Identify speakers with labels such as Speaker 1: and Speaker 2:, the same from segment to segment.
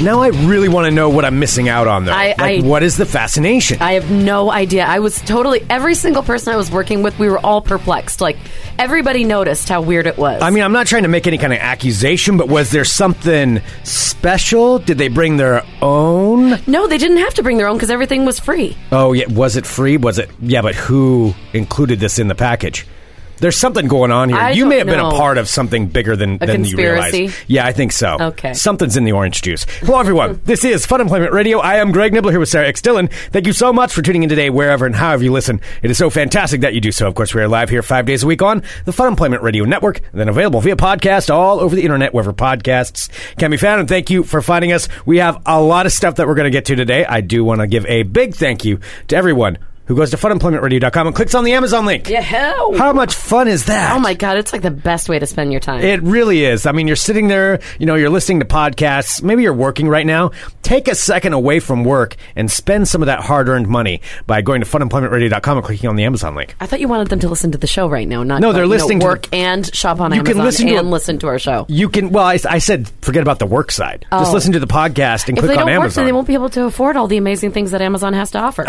Speaker 1: Now I really want to know what I'm missing out on, though.
Speaker 2: I-
Speaker 1: like,
Speaker 2: I-
Speaker 1: what is the fascination?
Speaker 2: I have no idea. I was totally every single person I was working with. We were all perplexed. Like everybody noticed how weird it was.
Speaker 1: I mean, I'm not trying to make any kind of accusation, but was there something special? Did they bring their own?
Speaker 2: no, they didn't have to bring their own because everything was free.
Speaker 1: Oh, yeah. Was it free? Was it? Yeah, but who included this in the package? There's something going on here.
Speaker 2: I
Speaker 1: you
Speaker 2: don't
Speaker 1: may have been a
Speaker 2: know.
Speaker 1: part of something bigger than, than you
Speaker 2: conspiracy?
Speaker 1: realize. Yeah, I think so.
Speaker 2: Okay.
Speaker 1: Something's in the orange juice. Hello, everyone. this is Fun Employment Radio. I am Greg Nibbler here with Sarah X. Dillon. Thank you so much for tuning in today, wherever and however you listen. It is so fantastic that you do so. Of course, we are live here five days a week on the Fun Employment Radio Network, and then available via podcast all over the internet, wherever podcasts can be found. And thank you for finding us. We have a lot of stuff that we're going to get to today. I do want to give a big thank you to everyone who goes to funemploymentradio.com and clicks on the Amazon link.
Speaker 2: Yeah. hell.
Speaker 1: How much fun is that?
Speaker 2: Oh my god, it's like the best way to spend your time.
Speaker 1: It really is. I mean, you're sitting there, you know, you're listening to podcasts. Maybe you're working right now. Take a second away from work and spend some of that hard earned money by going to funemploymentradio.com and clicking on the Amazon link.
Speaker 2: I thought you wanted them to listen to the show right now. Not
Speaker 1: No, they're
Speaker 2: you know,
Speaker 1: listening to
Speaker 2: work
Speaker 1: the-
Speaker 2: and shop on
Speaker 1: You can
Speaker 2: Amazon
Speaker 1: listen to
Speaker 2: and
Speaker 1: a-
Speaker 2: listen to our show.
Speaker 1: You can, well, I, I said forget about the work side. Just
Speaker 2: Oh.
Speaker 1: listen to the podcast and
Speaker 2: If
Speaker 1: click
Speaker 2: they
Speaker 1: on
Speaker 2: don't work,
Speaker 1: Amazon.
Speaker 2: then they won't be able to afford all the amazing things that Amazon has to offer.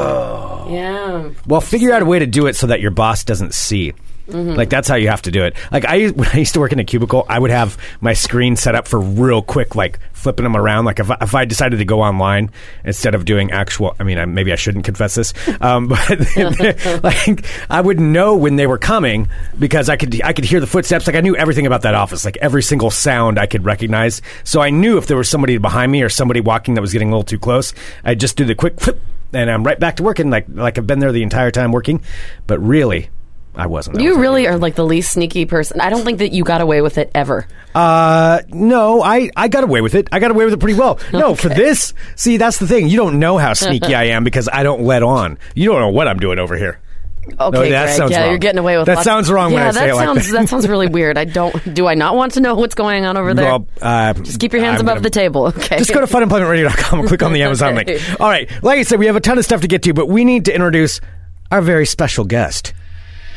Speaker 1: Oh.
Speaker 2: Yeah.
Speaker 1: Well, figure out a way to do it so that your boss doesn't see. Like that's how you have to do it. Like I, when I used to work in a cubicle, I would have my screen set up for real quick, like flipping them around. Like if I, if I decided to go online instead of doing actual, I mean, I, maybe I shouldn't confess this, um, but like I would know when they were coming because I could I could hear the footsteps. Like I knew everything about that office, like every single sound I could recognize. So I knew if there was somebody behind me or somebody walking that was getting a little too close. I would just do the quick flip and I'm right back to working like like I've been there the entire time working, but really I wasn't. That
Speaker 2: You
Speaker 1: was-
Speaker 2: really are like the least sneaky person. I don't think that you got away with it ever.
Speaker 1: Uh no, I I got away with it. I got away with it pretty well. No, for this, see that's the thing. You don't know how sneaky I am because I don't let on. You don't know what I'm doing over here.
Speaker 2: Okay,
Speaker 1: No, that
Speaker 2: Greg.
Speaker 1: sounds
Speaker 2: yeah,
Speaker 1: wrong.
Speaker 2: you're getting away with
Speaker 1: That
Speaker 2: lots-
Speaker 1: sounds wrong
Speaker 2: Yeah,
Speaker 1: when I say
Speaker 2: that
Speaker 1: it like
Speaker 2: sounds
Speaker 1: that.
Speaker 2: sounds really weird. I don't. Do I not want to know what's going on over there?
Speaker 1: Well, uh,
Speaker 2: just keep your hands
Speaker 1: I'm
Speaker 2: above
Speaker 1: gonna-
Speaker 2: the table. Okay.
Speaker 1: Just go to funemploymentradio.com and click on the Amazon
Speaker 2: Okay.
Speaker 1: link. All right, like I said, we have a ton of stuff to get to, but we need to introduce our very special guest,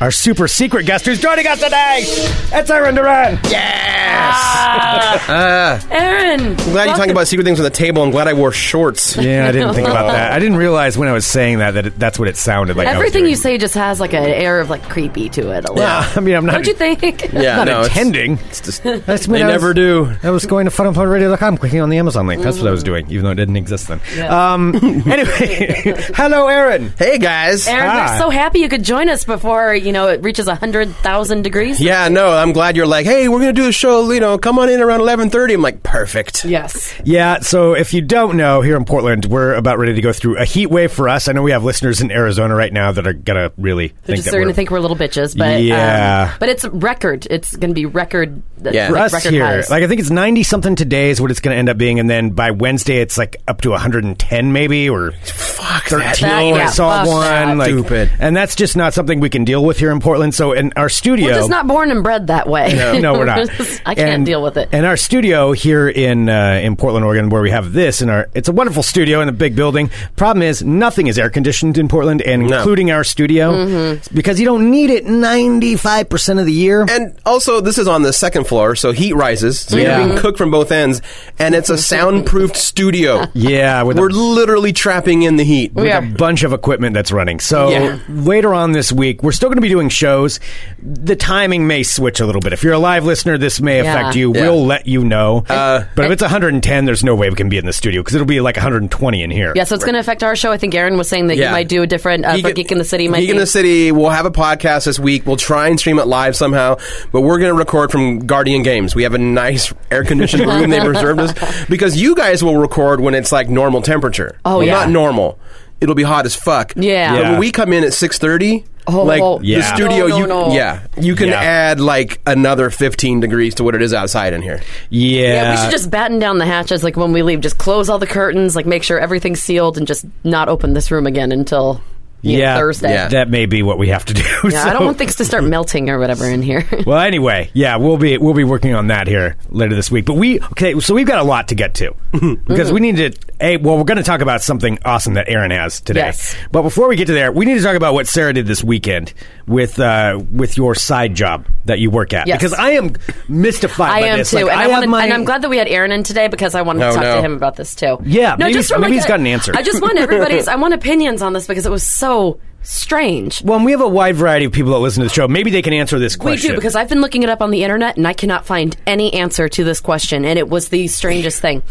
Speaker 1: our super secret guest who's joining us today. It's Aaron Duran.
Speaker 2: Ah. Aaron.
Speaker 3: I'm glad you're talking about secret things on the table. I'm glad I wore shorts.
Speaker 1: Yeah, I didn't think about that. I didn't realize when I was saying that that it, that's what it sounded like. I was
Speaker 2: Everything
Speaker 1: doing.
Speaker 2: you say just has like an air of like creepy to it. A little.
Speaker 1: Yeah, I mean, I'm not.
Speaker 2: Don't you think?
Speaker 3: Yeah,
Speaker 1: Not
Speaker 3: no, it's-
Speaker 1: intending.
Speaker 3: It's just,
Speaker 1: That's
Speaker 3: they
Speaker 1: when I was-
Speaker 3: never do.
Speaker 1: I was going to funemploymentradio.com, clicking on the Amazon link. That's what I was doing, even though it didn't exist then. Um, anyway, hello, Aaron.
Speaker 3: Hey guys.
Speaker 2: Aaron,
Speaker 1: Hi.
Speaker 2: we're so happy you could join us before you know it reaches hundred thousand degrees.
Speaker 3: Yeah, no, I'm glad you're like, hey, we're gonna do a show. You know, come on in around 11:30. I'm like, perfect.
Speaker 2: Yes.
Speaker 1: Yeah, so if you don't know, here in Portland, we're about ready to go through a heat wave for us. I know we have listeners in Arizona right now that are going to really
Speaker 2: They're
Speaker 1: think
Speaker 2: just
Speaker 1: that
Speaker 2: starting
Speaker 1: we're,
Speaker 2: to think we're little bitches, but um,
Speaker 1: Yeah.
Speaker 2: but it's record. It's going to be record.
Speaker 3: Yeah.
Speaker 1: for
Speaker 2: like
Speaker 1: us
Speaker 2: record
Speaker 1: here.
Speaker 2: highs.
Speaker 1: Like I think it's 90 something today is what it's going to end up being and then by Wednesday it's like up to 110 maybe or
Speaker 3: Fuck
Speaker 1: 13
Speaker 2: That-
Speaker 1: I
Speaker 2: yeah,
Speaker 1: saw
Speaker 2: fuck
Speaker 1: one
Speaker 2: that.
Speaker 1: like
Speaker 3: Stupid.
Speaker 1: and that's just not something we can deal with here in Portland. So in our studio
Speaker 2: We're just not born and bred that way.
Speaker 1: no, we're not.
Speaker 2: I can't
Speaker 1: And-
Speaker 2: deal with it.
Speaker 1: And our studio here in uh, in Portland, Oregon, where we have this in our it's a wonderful studio in a big building. Problem is, nothing is air conditioned in Portland, and
Speaker 3: No.
Speaker 1: including our studio,
Speaker 2: Mm-hmm.
Speaker 1: because you don't need it ninety five percent of the year.
Speaker 3: And also, this is on the second floor, so heat rises. So you're being cooked from both ends, and it's a soundproofed studio.
Speaker 1: yeah, with
Speaker 3: We're
Speaker 1: a,
Speaker 3: literally trapping in the heat.
Speaker 2: We are.
Speaker 1: a bunch of equipment that's running. So
Speaker 3: Yeah.
Speaker 1: later on this week, we're still going to be doing shows. The timing may switch a little bit. If you're a live listener, this may
Speaker 2: Yeah.
Speaker 1: affect you.
Speaker 3: Yeah.
Speaker 1: We'll let you know.
Speaker 3: Uh,
Speaker 1: but if it's 110, there's no way we can be in the studio because it'll be like 120 in here.
Speaker 2: Yeah, so it's going to affect our show. I think Aaron was saying that you
Speaker 3: Yeah.
Speaker 2: might do a different uh, for Geek in the City. Might
Speaker 3: Geek
Speaker 2: be.
Speaker 3: in the City. We'll have a podcast this week. We'll try and stream it live somehow, but we're going to record from Guardian Games. We have a nice air conditioned room they've reserved us because you guys will record when it's like normal temperature.
Speaker 2: Oh,
Speaker 3: well,
Speaker 2: yeah.
Speaker 3: not normal. It'll be hot as fuck.
Speaker 2: Yeah.
Speaker 3: But
Speaker 1: Yeah.
Speaker 3: when we come in at six thirty.
Speaker 2: Oh,
Speaker 3: like
Speaker 2: oh.
Speaker 3: the
Speaker 1: Yeah.
Speaker 3: studio,
Speaker 2: No, no,
Speaker 3: you
Speaker 2: no.
Speaker 3: yeah, you can
Speaker 1: Yeah.
Speaker 3: add like another fifteen degrees to what it is outside in here.
Speaker 1: Yeah.
Speaker 2: Yeah, we should just batten down the hatches. Like when we leave, just close all the curtains. Like make sure everything's sealed and just not open this room again until you know,
Speaker 1: yeah,
Speaker 2: Thursday.
Speaker 3: Yeah.
Speaker 1: That may be what we have to do.
Speaker 2: Yeah, I don't want things to start melting or whatever in here.
Speaker 1: Well, anyway, yeah, we'll be we'll be working on that here later this week. But we okay, so we've got a lot to get to because
Speaker 2: Mm-hmm.
Speaker 1: we need to. A, well, we're going to talk about something awesome that Aaron has today.
Speaker 2: Yes.
Speaker 1: But before we get to there, we need to talk about what Sarah did this weekend with uh, with your side job that you work at.
Speaker 2: Yes.
Speaker 1: Because I am mystified.
Speaker 2: I
Speaker 1: by
Speaker 2: am
Speaker 1: this.
Speaker 2: too,
Speaker 1: Like,
Speaker 2: and, I
Speaker 1: have
Speaker 2: wanted,
Speaker 1: my- Oh,
Speaker 2: and I'm glad that we had Aaron in today because I wanted
Speaker 3: No,
Speaker 2: to talk
Speaker 3: no.
Speaker 2: to him about this too.
Speaker 1: Yeah, maybe he's- maybe he's got an answer.
Speaker 2: I just want everybody's. I want opinions on this because it was so strange.
Speaker 1: Well, and we have a wide variety of people that listen to the show. Maybe they can answer this
Speaker 2: We
Speaker 1: question.
Speaker 2: do because I've been looking it up on the internet and I cannot find any answer to this question, and it was the strangest thing.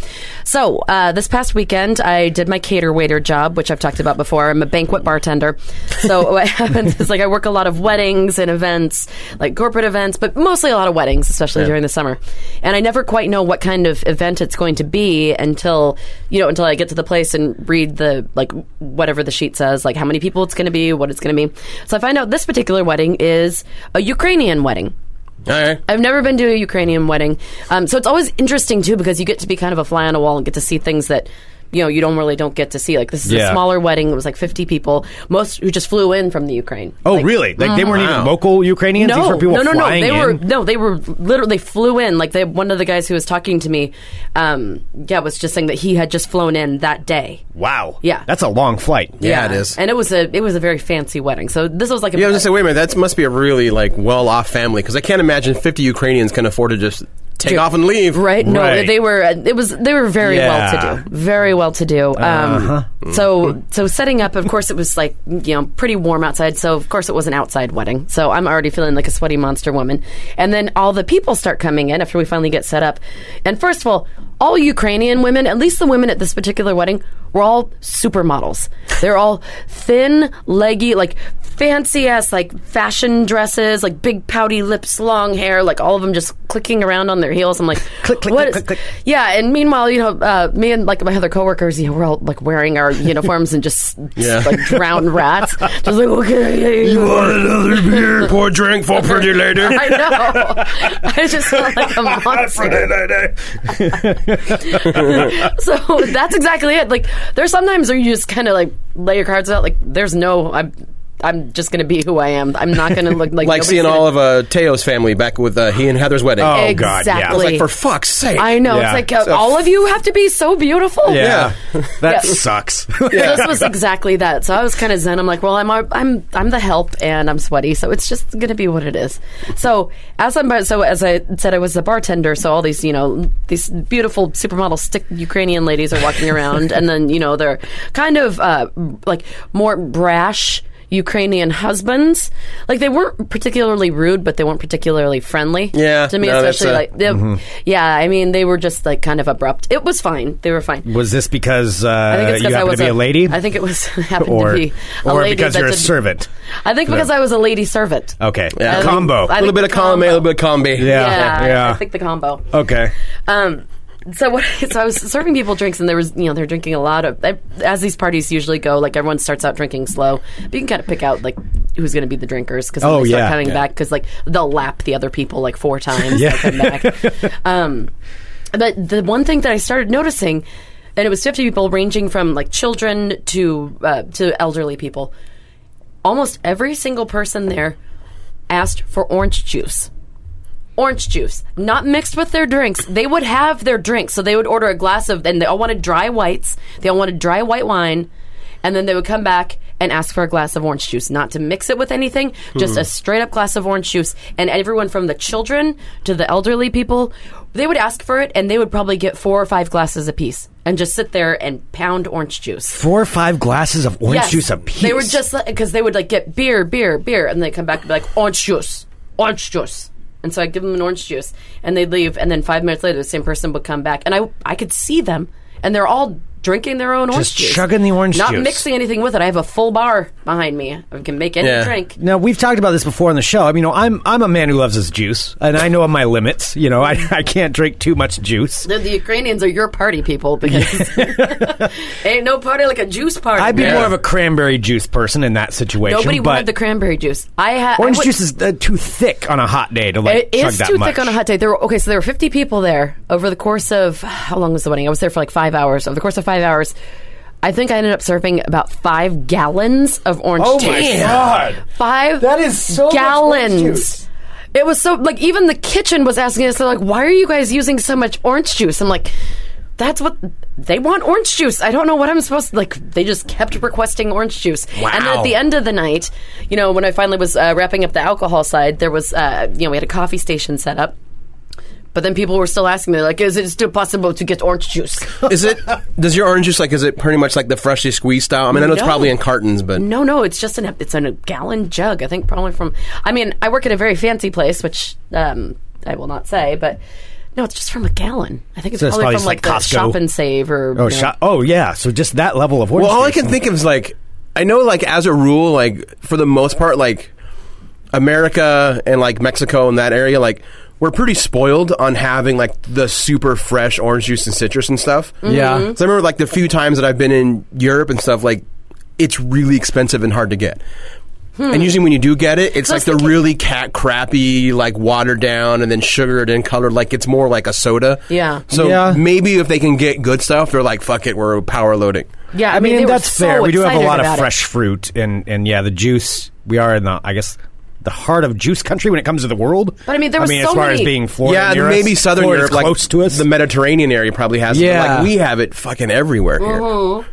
Speaker 2: So uh, this past weekend, I did my cater waiter job, which I've talked about before. I'm a banquet bartender, so what happens is like I work a lot of weddings and events, like corporate events, but mostly a lot of weddings, especially during the summer. And I never quite know what kind of event it's going to be until you know until I get to the place and read the like whatever the sheet says, like how many people it's going to be, what it's going to be. So I find out this particular wedding is a Ukrainian wedding.
Speaker 3: All right.
Speaker 2: I've never been to a Ukrainian wedding, um, so it's always interesting too because you get to be kind of a fly on a wall and get to see things that you know you don't really don't get to see. Like this is
Speaker 1: Yeah.
Speaker 2: a smaller wedding; it was like fifty people, most who just flew in from the Ukraine.
Speaker 1: Oh, really? Like they weren't even
Speaker 3: Wow.
Speaker 1: local Ukrainians. These were people
Speaker 2: no, no, no.
Speaker 1: flying
Speaker 2: They
Speaker 1: in?
Speaker 2: were no, they were literally they flew in. Like they, one of the guys who was talking to me, um, yeah, was just saying that he had just flown in that day.
Speaker 1: Wow.
Speaker 2: Yeah.
Speaker 1: That's a long flight.
Speaker 3: Yeah, it is.
Speaker 2: and it was a it was a very fancy wedding. So this was like a
Speaker 3: Yeah, I was gonna say, wait a minute, that must be a really like well-off family because I can't imagine 50 Ukrainians can afford to just take
Speaker 2: Dude,
Speaker 3: off and leave.
Speaker 2: Right? No,
Speaker 1: Right.
Speaker 2: they were. It was. They were very
Speaker 1: Yeah. Uh-huh.
Speaker 2: well to do. Very well to do. Um, So, so setting up. Of course, it was like you know pretty warm outside. So of course it was an outside wedding. So I'm already feeling like a sweaty monster woman. And then all the people start coming in after we finally get set up. And first of all, all Ukrainian women, at least the women at this particular wedding, were all supermodels. They're all thin, leggy, like fancy ass, like fashion dresses, like big pouty lips, long hair, like all of them just clicking around on their heels. I'm like,
Speaker 1: Click, click,
Speaker 2: what
Speaker 1: click,
Speaker 2: is-
Speaker 1: click, click.
Speaker 2: Yeah, and meanwhile, you know, uh, me and like my other coworkers, you know, we're all like wearing our uniforms and just
Speaker 3: Yeah.
Speaker 2: like drowned rats. Just like okay,
Speaker 3: Want another beer? Pour drink for pretty lady.
Speaker 2: I know. I just felt like a monster. so that's exactly it. Like there's sometimes where you just kind of like lay your cards out. Like there's no I'm. I'm just gonna be who I am. I'm not gonna look like
Speaker 3: like
Speaker 2: nobody's
Speaker 3: seeing
Speaker 2: gonna-
Speaker 3: all of uh, Teo's family back with uh, he and Heather's wedding.
Speaker 1: Oh
Speaker 2: Exactly.
Speaker 1: God! Yeah.
Speaker 3: I was like, for fuck's sake!
Speaker 2: I know.
Speaker 1: Yeah.
Speaker 2: It's like uh,
Speaker 3: So-
Speaker 2: all of you have to be so beautiful.
Speaker 1: Yeah. That
Speaker 2: Yeah.
Speaker 1: sucks.
Speaker 2: So this was exactly that. So I was kind of zen. I'm like, well, I'm I'm I'm the help, and I'm sweaty, so it's just gonna be what it is. So as I'm bar- so as I said, I was the bartender. So all these you know these beautiful supermodel stick Ukrainian ladies are walking around, and then you know they're kind of uh, like more brash. Ukrainian husbands, like they weren't particularly rude, but they weren't particularly friendly.
Speaker 3: Yeah,
Speaker 2: to me,
Speaker 3: no, that's
Speaker 2: especially
Speaker 3: a- Mm-hmm.
Speaker 2: like, they- yeah. I mean, they were just like kind of abrupt. It was fine; they were fine.
Speaker 1: was this because uh,
Speaker 2: I think it's
Speaker 1: you
Speaker 2: because I
Speaker 1: happen
Speaker 2: was
Speaker 1: to be a, lady?
Speaker 2: I think it was happened
Speaker 1: or
Speaker 2: to be a
Speaker 1: or
Speaker 2: lady
Speaker 1: because
Speaker 2: that
Speaker 1: you're a
Speaker 2: did-
Speaker 1: servant.
Speaker 2: I think because I was a lady servant.
Speaker 1: Okay.
Speaker 3: Yeah.
Speaker 1: A
Speaker 3: I
Speaker 1: Combo.
Speaker 2: think- I
Speaker 3: a little bit of
Speaker 2: the
Speaker 3: column A, a
Speaker 2: combo.
Speaker 3: little bit of column B.
Speaker 1: Yeah.
Speaker 2: Yeah,
Speaker 1: Yeah.
Speaker 2: I think the combo.
Speaker 1: okay.
Speaker 2: Um, so what? So I was serving people drinks, and there was you know they're drinking a lot of as these parties usually go. Like everyone starts out drinking slow, but you can kind of pick out like who's going to be the drinkers because
Speaker 1: Oh,
Speaker 2: they start
Speaker 1: yeah.
Speaker 2: coming
Speaker 1: Yeah.
Speaker 2: back because like they'll lap the other people like four times.
Speaker 1: Yeah.
Speaker 2: yeah. come back. um, but the one thing that I started noticing, and it was fifty people ranging from like children to uh, to elderly people. Almost every single person there asked for orange juice orange juice, not mixed with their drinks. They would have their drinks, so they would order a glass of, and they all wanted dry whites. They all wanted dry white wine, and then they would come back and ask for a glass of orange juice, not to mix it with anything, just a straight up glass of orange juice. And everyone from the children to the elderly people, they would ask for it, and they would probably get four or five glasses apiece, and just sit there and pound orange juice.
Speaker 1: Four or five glasses of orange
Speaker 2: Yes.
Speaker 1: juice apiece.
Speaker 2: They were just because they would like get beer, beer, beer, and they come back and be like orange juice, orange juice. And so I give them an orange juice, and they leave. And then five minutes later, the same person would come back, and I I could see them, and they're all drinking their own orange
Speaker 1: Just
Speaker 2: juice,
Speaker 1: chugging the orange
Speaker 2: not
Speaker 1: juice.
Speaker 2: mixing anything with it. I have a full bar behind me. I can make any
Speaker 3: Yeah.
Speaker 2: drink.
Speaker 1: Now we've talked about this before on the show. I mean, you know, I'm I'm a man who loves his juice, and I know my limits. You know, I, I can't drink too much juice.
Speaker 2: The, the Ukrainians are your party people because ain't no party like a juice party.
Speaker 1: I'd be
Speaker 2: man.
Speaker 1: more of a cranberry juice person in that situation.
Speaker 2: Nobody
Speaker 1: but
Speaker 2: wanted the cranberry juice. I had
Speaker 1: orange juice is uh, too thick on a hot day to like
Speaker 2: It
Speaker 1: chug
Speaker 2: is
Speaker 1: that
Speaker 2: too
Speaker 1: much.
Speaker 2: thick on a hot day. There were, okay, so there were 50 people there over the course of how long was the wedding? I was there for like five hours. Over the course of five hours, I think I ended up serving about five gallons of orange
Speaker 4: Oh
Speaker 2: juice.
Speaker 4: my god.
Speaker 2: Five
Speaker 4: That is so much
Speaker 2: gallons.
Speaker 4: orange juice.
Speaker 2: It was so like even the kitchen was asking us, they're like, why are you guys using so much orange juice? I'm like, that's what they want orange juice. I don't know what I'm supposed to like. They just kept requesting orange juice. And then at the end of the night, you know, when I finally was uh, wrapping up the alcohol side, there was, uh, you know, we had a coffee station set up. But then people were still asking me, like, is it still possible to get orange juice?
Speaker 3: Is it? Does your orange juice like? Is it pretty much like the freshly squeezed style? I mean, I know it's
Speaker 2: No.
Speaker 3: probably in cartons, but
Speaker 2: No, no, it's just an it's in a gallon jug. I think probably from. I mean, I work at a very fancy place, which um, I will not say, but no, it's just from a gallon. I think it's
Speaker 1: So it's probably
Speaker 2: probably, from
Speaker 1: just
Speaker 2: like,
Speaker 1: like
Speaker 2: the
Speaker 1: Costco.
Speaker 2: Shop and Save or
Speaker 1: Oh,
Speaker 2: you know.
Speaker 1: shot. Oh, yeah. So just that level of orange.
Speaker 3: well, all I
Speaker 1: juice.
Speaker 3: can think of is like, I know like as a rule, like for the most part, like America and like Mexico and that area, like we're pretty spoiled on having like the super fresh orange juice and citrus and stuff.
Speaker 4: Yeah.
Speaker 3: So I remember like the few times that I've been in Europe and stuff, like it's really expensive and hard to get. And usually when you do get it, it's like
Speaker 2: Plus the
Speaker 3: the
Speaker 2: ca-
Speaker 3: really cat crappy, like watered down and then sugared and colored. Like it's more like a soda.
Speaker 2: Yeah.
Speaker 3: So
Speaker 1: Yeah.
Speaker 3: maybe if they can get good stuff, they're like, fuck it, we're power loading.
Speaker 2: Yeah, I,
Speaker 1: I mean,
Speaker 2: they were
Speaker 1: that's
Speaker 2: so
Speaker 1: fair. We do have a
Speaker 2: excited
Speaker 1: lot of
Speaker 2: about it.
Speaker 1: fresh fruit, and and yeah, the juice. We are in the, I guess, the heart of juice country when it comes to the world.
Speaker 2: But I mean, there was
Speaker 1: as
Speaker 2: so
Speaker 1: far as
Speaker 2: many-
Speaker 1: being Florida,
Speaker 3: yeah,
Speaker 1: and near
Speaker 3: maybe
Speaker 1: us,
Speaker 3: Southern
Speaker 1: Florida's
Speaker 3: Europe, like
Speaker 1: close to us.
Speaker 3: the Mediterranean area probably has. it, but,
Speaker 4: Yeah.
Speaker 3: like we have it fucking everywhere here.
Speaker 2: Mm-hmm.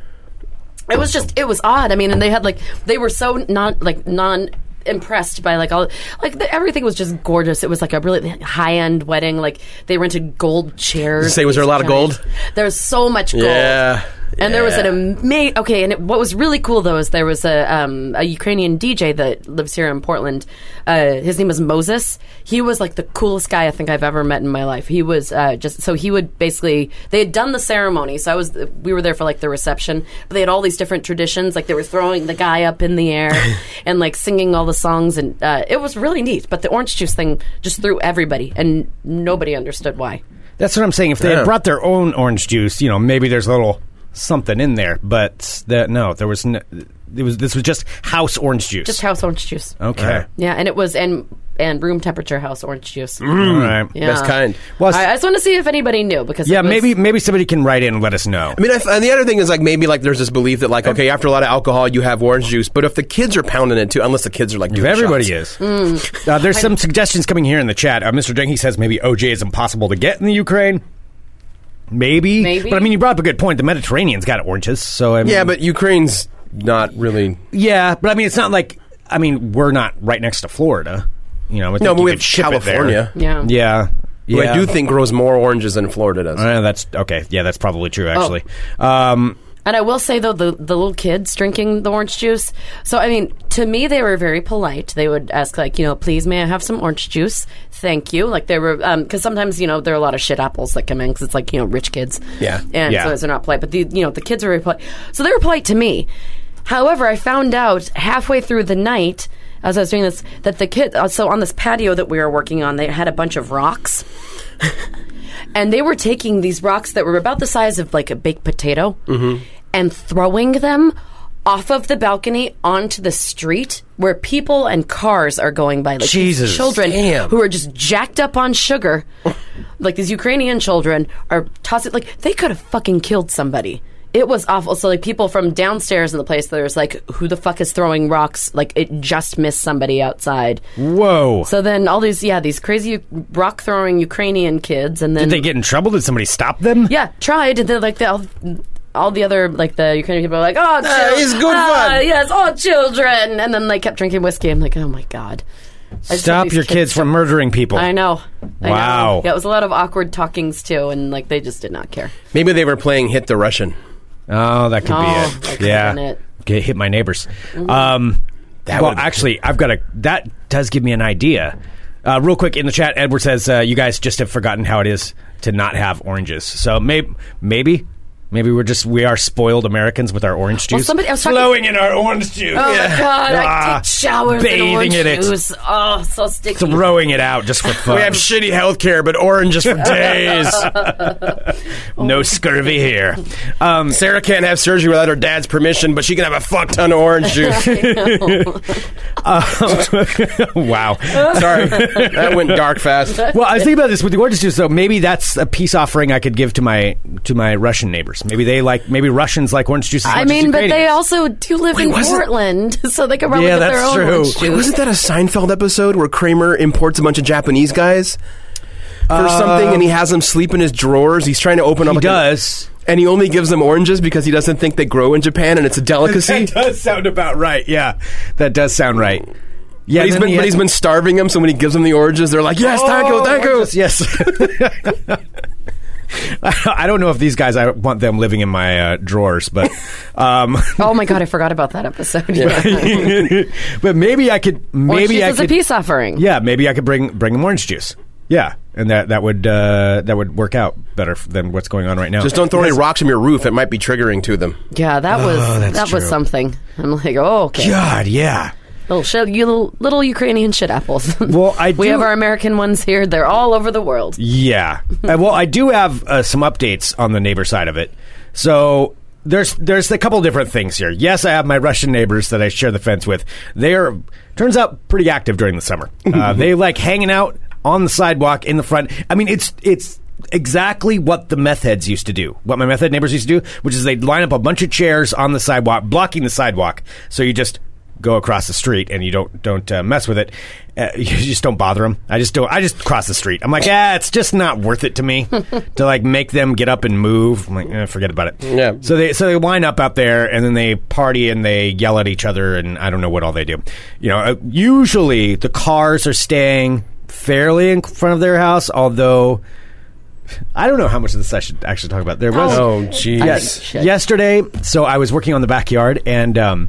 Speaker 2: It was just it was odd. I mean, and they had like they were so not like non impressed by like all like the, everything was just gorgeous. It was like a really high end wedding. Like they rented gold chairs.
Speaker 3: Say, was there a lot of gold?
Speaker 2: There's so much gold.
Speaker 3: Yeah.
Speaker 2: And there was an
Speaker 3: Yeah.
Speaker 2: amazing. Okay, and it, what was really cool though is there was a um, a Ukrainian DJ that lives here in Portland. Uh, his name was Moses. He was like the coolest guy I think I've ever met in my life. He was uh, just so he would basically they had done the ceremony, so I was we were there for like the reception, but they had all these different traditions. Like they were throwing the guy up in the air and like singing all the songs, and uh, it was really neat. But the orange juice thing just threw everybody, and nobody understood why.
Speaker 1: That's what I'm saying. If they
Speaker 3: Yeah.
Speaker 1: had brought their own orange juice, you know, maybe there's a little something in there. But that no, there was no. It was this was just house orange juice.
Speaker 2: Just house orange juice.
Speaker 1: okay.
Speaker 2: Yeah, and it was and and room temperature house orange juice.
Speaker 1: All right.
Speaker 2: Yeah.
Speaker 3: Best kind.
Speaker 1: Mm. Well,
Speaker 2: I, I just want to see if anybody knew because
Speaker 1: yeah,
Speaker 2: it was-
Speaker 1: maybe maybe somebody can write in and let us know.
Speaker 3: I mean, if, and the other thing is like maybe like there's this belief that like okay, after a lot of alcohol, you have orange juice. But if the kids are pounding it too, unless the kids are like
Speaker 1: If
Speaker 3: doing
Speaker 1: everybody
Speaker 3: shots. Mm.
Speaker 1: is. Uh, there's some suggestions coming here in the chat. Uh, Mr. Jenke says maybe OJ is impossible to get in the Ukraine. Maybe.
Speaker 2: Maybe.
Speaker 1: But I mean, you brought up a good point. The Mediterranean's got oranges, so I mean,
Speaker 3: yeah, but Ukraine's not really.
Speaker 1: yeah, but I mean, it's not like I mean, we're not right next to Florida. You know,
Speaker 3: No,
Speaker 1: I think
Speaker 3: but
Speaker 1: you
Speaker 3: we
Speaker 1: could
Speaker 3: have
Speaker 1: ship it there.
Speaker 3: California.
Speaker 2: Yeah.
Speaker 1: yeah,
Speaker 3: Who
Speaker 1: yeah.
Speaker 3: I do think grows more oranges than Florida does.
Speaker 1: Uh, that's okay. Yeah, that's
Speaker 3: Oh.
Speaker 1: probably true. Actually, um,
Speaker 2: And I will say though, the the little kids drinking the orange juice. So I mean, to me, they were very polite. They would ask like, you know, please may I have some orange juice? Thank you. Like they were, because sometimes you know there are a lot of shit apples that come in because it's like you know rich kids.
Speaker 3: Yeah.
Speaker 2: And
Speaker 1: Yeah.
Speaker 2: so they're not polite, but the you know the kids are very polite. So they were polite to me. However, I found out halfway through the night. As I was doing this, that the kid, uh, so on this patio that we were working on, they had a bunch of rocks. and they were taking these rocks that were about the size of like a baked potato
Speaker 1: Mm-hmm.
Speaker 2: and throwing them off of the balcony onto the street where people and cars are going by like these
Speaker 1: Jesus,
Speaker 2: children
Speaker 3: damn.
Speaker 2: who are just jacked up on sugar like these ukrainian children are tossing like they could have fucking killed somebody it was awful so like people from downstairs in the place there's like who the fuck is throwing rocks like it just missed somebody outside
Speaker 1: whoa.
Speaker 2: so then all these yeah these crazy rock throwing ukrainian kids and then
Speaker 1: did they get in trouble? Did somebody stop them?
Speaker 2: yeah, tried. And then like the all, all the other like the Ukrainian people were like, oh, chil-
Speaker 3: it's good
Speaker 2: ah,
Speaker 3: fun."
Speaker 2: Yes, oh, children. And then they kept drinking whiskey. I'm like, oh my god. I just hope
Speaker 1: Stop
Speaker 2: these
Speaker 1: your kids from murdering people.
Speaker 2: I know. I
Speaker 1: Wow.
Speaker 2: Know. Yeah, it was a lot of awkward talkings too, and like they just did not care.
Speaker 3: Maybe they were playing hit the Russian.
Speaker 1: Oh, that could
Speaker 2: Oh,
Speaker 1: be
Speaker 2: that
Speaker 1: it.
Speaker 2: could've
Speaker 1: yeah,
Speaker 2: been it. Mm-hmm.
Speaker 1: Okay, hit my neighbors. Um, well,
Speaker 3: would've been
Speaker 1: actually, I've got a. That does give me an idea. Uh, real quick in the chat, Edward says uh, you guys just have forgotten how it is to not have oranges. So maybe, maybe, maybe we're just we are spoiled Americans with our orange juice.
Speaker 2: Well, somebody- I was talking-
Speaker 1: flowing in our orange juice.
Speaker 2: Oh my god! I
Speaker 1: Ah,
Speaker 2: take showers in
Speaker 1: bathing
Speaker 2: orange
Speaker 1: in it.
Speaker 2: juice. Oh, so sticky.
Speaker 1: Throwing it out just for fun.
Speaker 3: We have shitty healthcare, but oranges for days.
Speaker 1: no scurvy here. Um,
Speaker 3: Sarah can't have surgery without her dad's permission, but she can have a fuck ton of orange juice.
Speaker 1: wow.
Speaker 3: Sorry, that went dark fast.
Speaker 1: Well, I was thinking about this with the orange juice, though. Maybe that's a peace offering I could give to my to my Russian neighbors. worse. Maybe they like maybe Russians like orange juice. As much
Speaker 2: I
Speaker 1: as
Speaker 2: mean, but they
Speaker 1: Ukrainians.
Speaker 2: also do live
Speaker 3: Wait,
Speaker 2: in
Speaker 3: was it-
Speaker 2: Portland, so they could probably
Speaker 1: Yeah,
Speaker 2: get their
Speaker 1: that's
Speaker 2: own
Speaker 1: true.
Speaker 2: orange
Speaker 3: Wait,
Speaker 2: juice.
Speaker 3: wasn't that a Seinfeld episode where Kramer imports a bunch of Japanese guys for something and he has them sleep in his drawers? He's trying to open up.
Speaker 1: Um, He
Speaker 3: like a-
Speaker 1: does.
Speaker 3: and he only gives them oranges because he doesn't think they grow in Japan and it's a delicacy.
Speaker 1: That does sound about right. Yeah, that does sound right. Yeah,
Speaker 3: But he's
Speaker 1: then
Speaker 3: been,
Speaker 1: he
Speaker 3: but
Speaker 1: had-
Speaker 3: he's been starving them, so when he gives them the oranges, they're like, "Yes, thank you,
Speaker 1: Oh,
Speaker 3: thank you."
Speaker 1: gorgeous, Yes. I- I don't know if these guys. I want them living in my uh, drawers, but um,
Speaker 2: Oh my god, I forgot about that episode. Yeah.
Speaker 1: but maybe I could.
Speaker 2: Orange
Speaker 1: Maybe
Speaker 2: juice
Speaker 1: I
Speaker 2: is a
Speaker 1: could.
Speaker 2: peace offering.
Speaker 1: Yeah, maybe I could bring bring them orange juice. Yeah, and that that would uh, that would work out better f- than what's going on right now.
Speaker 3: Just don't throw any rocks from your roof; it might be triggering to them.
Speaker 2: Yeah, that was
Speaker 1: Oh, that's
Speaker 2: that was
Speaker 1: true.
Speaker 2: something. I'm like, oh, okay,
Speaker 1: God, yeah.
Speaker 2: little shit, you little, little Ukrainian shit apples.
Speaker 1: Well, I
Speaker 2: we
Speaker 1: do-
Speaker 2: have our American ones here. They're all over the world.
Speaker 1: Yeah. Uh, well, I do have uh, some updates on the neighbor side of it. So there's there's a couple different things here. Yes, I have my Russian neighbors that I share the fence with. They are turns out pretty active during the summer. Uh, they like hanging out on the sidewalk in the front. I mean, it's it's exactly what the meth heads used to do. What my meth head neighbors used to do, which is they'd line up a bunch of chairs on the sidewalk, blocking the sidewalk, so you just go across the street and you don't don't uh, mess with it. Uh, you just don't bother them. I just don't. I just cross the street. I'm like, ah, it's just not worth it to me to like make them get up and move. I'm like, eh, forget about it.
Speaker 3: Yeah.
Speaker 1: So they so they line up out there and then they party and they yell at each other and I don't know what all they do. You know, uh, usually the cars are staying fairly in front of their house, although. I don't know how much of this I should actually talk about. There was
Speaker 3: Oh, jeez.
Speaker 2: Yes. Shit.
Speaker 1: yesterday so i was working on the backyard and um,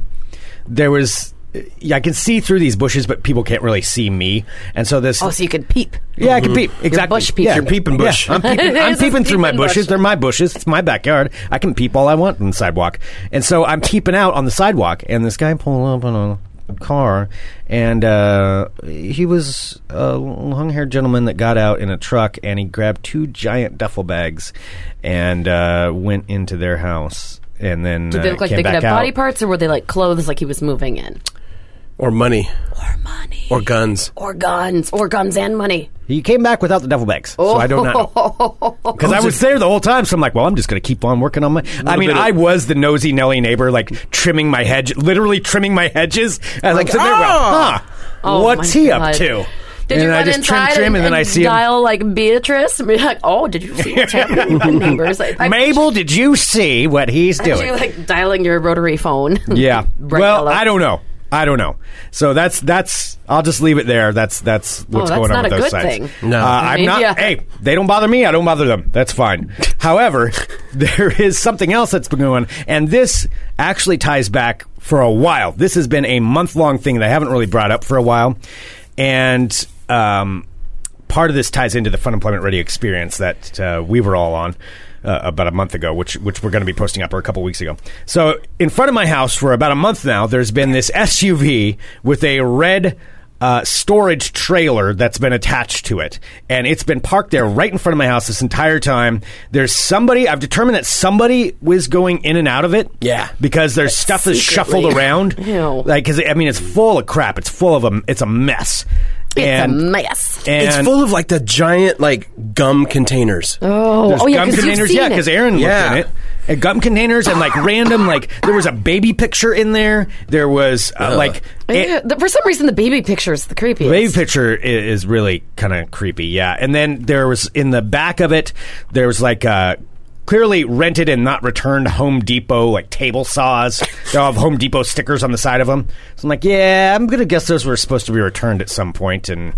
Speaker 1: there was yeah, I can see through these bushes, but people can't really see me. And so this,
Speaker 2: Oh, so you could peep.
Speaker 1: yeah, I can peep. Exactly,
Speaker 2: bush peeping.
Speaker 1: Yeah.
Speaker 2: You're
Speaker 3: peeping bush.
Speaker 1: Yeah, I'm peeping,
Speaker 2: This
Speaker 1: I'm
Speaker 2: is
Speaker 1: peeping through my
Speaker 2: peeping bush.
Speaker 1: bushes. They're my bushes. It's my backyard. I can peep all I want on the sidewalk. And so I'm peeping out on the sidewalk, and this guy pulled up on a car, and uh, he was a long-haired gentleman that got out in a truck, and he grabbed two giant duffel bags, and uh, went into their house. And then
Speaker 2: Did
Speaker 1: uh,
Speaker 2: they look like
Speaker 1: came
Speaker 2: they could
Speaker 1: back
Speaker 2: have
Speaker 1: out.
Speaker 2: body parts, or were they like clothes, like he was moving in,
Speaker 3: Or money,
Speaker 2: or money,
Speaker 3: or guns.
Speaker 2: or guns, or guns and money?
Speaker 1: He came back without the duffel bags, so I don't know.
Speaker 2: Oh.
Speaker 1: Because I was there the whole time, so I'm like, well, I'm just going to keep on working on my. I mean,
Speaker 3: bit of-
Speaker 1: I was the nosy Nelly neighbor, like trimming my hedge, literally trimming my hedges. And like, there, well, huh?
Speaker 2: Oh,
Speaker 1: what's
Speaker 2: my
Speaker 1: he
Speaker 2: God.
Speaker 1: up to?
Speaker 2: Did
Speaker 1: and
Speaker 2: you
Speaker 1: then
Speaker 2: run
Speaker 1: I just trim,
Speaker 2: inside
Speaker 1: trim, and,
Speaker 2: and
Speaker 1: then I see him.
Speaker 2: dial like Beatrice? And be like, oh, did you see what's happening with the neighbors? Like, I-
Speaker 1: Mabel, did you see what he's
Speaker 2: Actually,
Speaker 1: doing?
Speaker 2: like dialing your rotary phone.
Speaker 1: yeah.
Speaker 2: Right,
Speaker 1: well,
Speaker 2: hello.
Speaker 1: I don't know. I don't know. So that's that's. I'll just leave it there. That's that's what's
Speaker 2: Oh, that's
Speaker 1: going on
Speaker 2: not
Speaker 1: with
Speaker 2: a
Speaker 1: those
Speaker 2: good
Speaker 1: sites.
Speaker 2: thing.
Speaker 3: No.
Speaker 1: Uh, I'm
Speaker 2: Maybe
Speaker 1: not.
Speaker 2: a-
Speaker 1: Hey, they don't bother me. I don't bother them. That's fine. However, there is something else that's been going on, and this actually ties back for a while. This has been a month long thing that I haven't really brought up for a while, and um, part of this ties into the Fun Employment Radio experience that uh, we were all on. Uh, about a month ago, which which we're going to be posting up or a couple weeks ago. So in front of my house for about a month now, there's been this SUV with a red uh, storage trailer that's been attached to it, and it's been parked there right in front of my house this entire time. There's somebody. I've determined that somebody was going in and out of it.
Speaker 3: Yeah.
Speaker 1: because their stuff is
Speaker 2: secretly.
Speaker 1: shuffled around.
Speaker 2: Ew.
Speaker 1: Like, because I mean, it's full of crap. It's full of a. It's a mess.
Speaker 2: It's
Speaker 1: and,
Speaker 2: a mess.
Speaker 1: And
Speaker 3: it's full of like the giant like gum containers.
Speaker 2: Oh,
Speaker 1: there's
Speaker 2: oh yeah,
Speaker 1: gum
Speaker 2: because you've
Speaker 1: containers.
Speaker 2: seen
Speaker 1: yeah,
Speaker 2: it.
Speaker 1: because Aaron
Speaker 3: Yeah.
Speaker 1: looked in it. And gum containers and like random like there was a baby picture in there. There was uh, like
Speaker 2: Yeah, the- for some reason, the baby picture is the creepiest.
Speaker 1: Wave picture i- is really kind of creepy, yeah. And then there was in the back of it, there was like uh, clearly rented and not returned Home Depot like table saws. they all have Home Depot stickers on the side of them. So I'm like, yeah, I'm gonna guess those were supposed to be returned at some point, and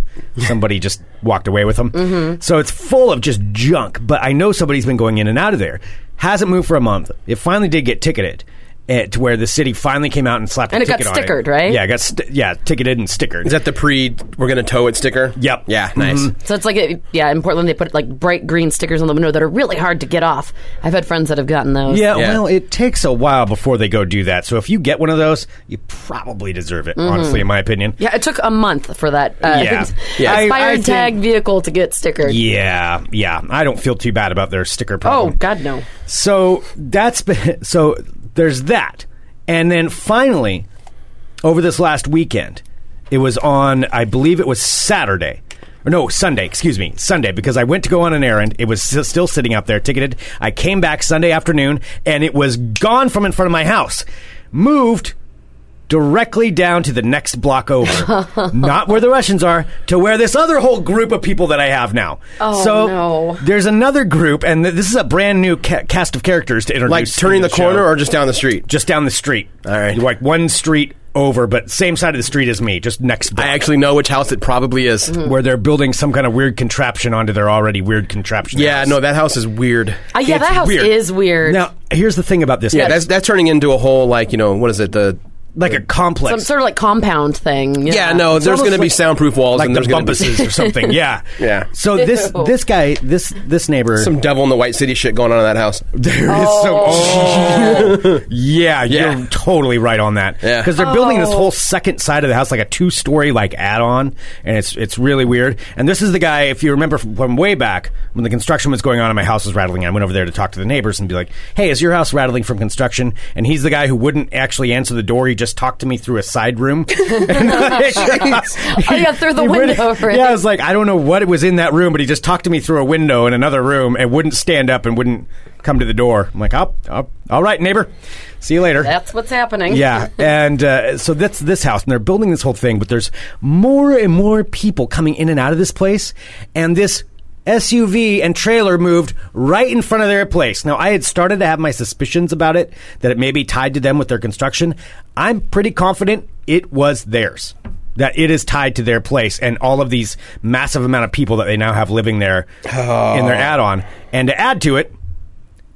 Speaker 1: somebody just walked away with them.
Speaker 2: Mm-hmm.
Speaker 1: So it's full of just junk. But I know somebody's been going in and out of there. Hasn't moved for a month. It finally did get ticketed. eh, To where the city finally came out and slapped
Speaker 2: And
Speaker 1: a
Speaker 2: it got
Speaker 1: ticket on
Speaker 2: stickered, right?
Speaker 1: Yeah, it got st- yeah ticketed and stickered.
Speaker 3: Is that the pre we're gonna tow it sticker?
Speaker 1: Yep. Mm-hmm.
Speaker 3: Yeah, nice.
Speaker 2: So it's like, a, yeah, in Portland they put like bright green stickers on the window that are really hard to get off. I've had friends that have gotten those.
Speaker 1: Yeah,
Speaker 3: Yeah.
Speaker 1: well, it takes a while before they go do that. So if you get one of those, you probably deserve it, honestly, in my opinion.
Speaker 2: Mm-hmm. Yeah, it took a month for that uh,
Speaker 1: Yeah. Yeah. I-
Speaker 2: expired
Speaker 1: I think-
Speaker 2: tag vehicle to get stickered.
Speaker 1: Yeah, yeah. I don't feel too bad about their sticker
Speaker 2: Oh
Speaker 1: problem.
Speaker 2: God, no!
Speaker 1: So that's been, so there's that. And then finally, over this last weekend, it was on, I believe it was Saturday. Or no, Sunday, excuse me, Sunday, because I went to go on an errand. It was s- still sitting out there, ticketed. I came back Sunday afternoon, and it was gone from in front of my house. Moved directly down to the next block over. Not where the Russians are, to where this other whole group of people that I have now.
Speaker 2: Oh,
Speaker 1: so
Speaker 2: no.
Speaker 1: there's another group, and th- this is a brand new ca- cast of characters to introduce.
Speaker 3: Like turning the,
Speaker 1: into
Speaker 3: corner
Speaker 1: show
Speaker 3: or just down the street?
Speaker 1: just down the street.
Speaker 3: All right.
Speaker 1: like one street over, but same side of the street as me, just next. Block,
Speaker 3: I actually know which house it probably is.
Speaker 2: Mm-hmm.
Speaker 1: where they're building some kind of weird contraption onto their already weird contraption.
Speaker 3: Yeah,
Speaker 1: house.
Speaker 3: no, that house is weird.
Speaker 2: Uh, yeah,
Speaker 1: It's
Speaker 2: that house
Speaker 1: weird.
Speaker 2: is weird.
Speaker 1: Now here's the thing about this.
Speaker 3: Yeah, that's that's turning into a whole like you know what is it the
Speaker 1: like a complex.
Speaker 2: Some sort of like compound thing.
Speaker 3: yeah, no
Speaker 1: It's
Speaker 3: there's
Speaker 1: almost
Speaker 3: going to be
Speaker 1: like-
Speaker 3: soundproof walls
Speaker 1: like
Speaker 3: and
Speaker 1: the
Speaker 3: there's going to be
Speaker 1: bumpuses or something. Yeah,
Speaker 3: Yeah.
Speaker 1: So this
Speaker 2: Ew.
Speaker 1: this guy this this neighbor
Speaker 3: some devil in the white city shit going on in that house.
Speaker 1: There is so. Oh. yeah,
Speaker 3: Yeah.
Speaker 1: you're totally right on that. Because
Speaker 3: Yeah.
Speaker 1: they're building
Speaker 2: Oh.
Speaker 1: this whole second side of the house, like a two story like add on, and it's it's really weird. And this is the guy, if you remember from, from way back when the construction was going on and my house was rattling, I went over there to talk to the neighbors and be like, "Hey, is your house rattling from construction?" And he's the guy who wouldn't actually answer the door; he just talked to me through a side room.
Speaker 2: Oh, yeah, through the
Speaker 1: He wouldn't-
Speaker 2: window, right?
Speaker 1: Yeah, I was like, I don't know what it was in that room, but he just talked to me through a window in another room and wouldn't stand up and wouldn't come to the door. I'm like, oh, oh, all right, neighbor. See you later.
Speaker 2: That's what's happening.
Speaker 1: yeah, and uh, so that's this house, and they're building this whole thing, but there's more and more people coming in and out of this place, and this SUV and trailer moved right in front of their place. Now, I had started to have my suspicions about it, that it may be tied to them with their construction. I'm pretty confident it was theirs. That it is tied to their place and all of these massive amount of people that they now have living there in their add on. And to add to it,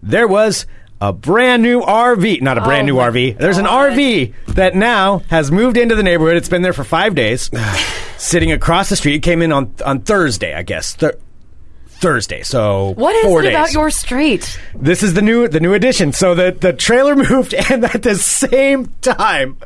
Speaker 1: there was a brand new RV, not a brand new
Speaker 2: Oh my
Speaker 1: RV. There's an
Speaker 2: God.
Speaker 1: RV that now has moved into the neighborhood. It's been there for five days, sitting across the street. It came in on on Thursday, I guess. Thur- Thursday, so
Speaker 2: What is
Speaker 1: four
Speaker 2: it about
Speaker 1: days.
Speaker 2: your street?
Speaker 1: This is the new the new addition. So the the trailer moved, and at the same time,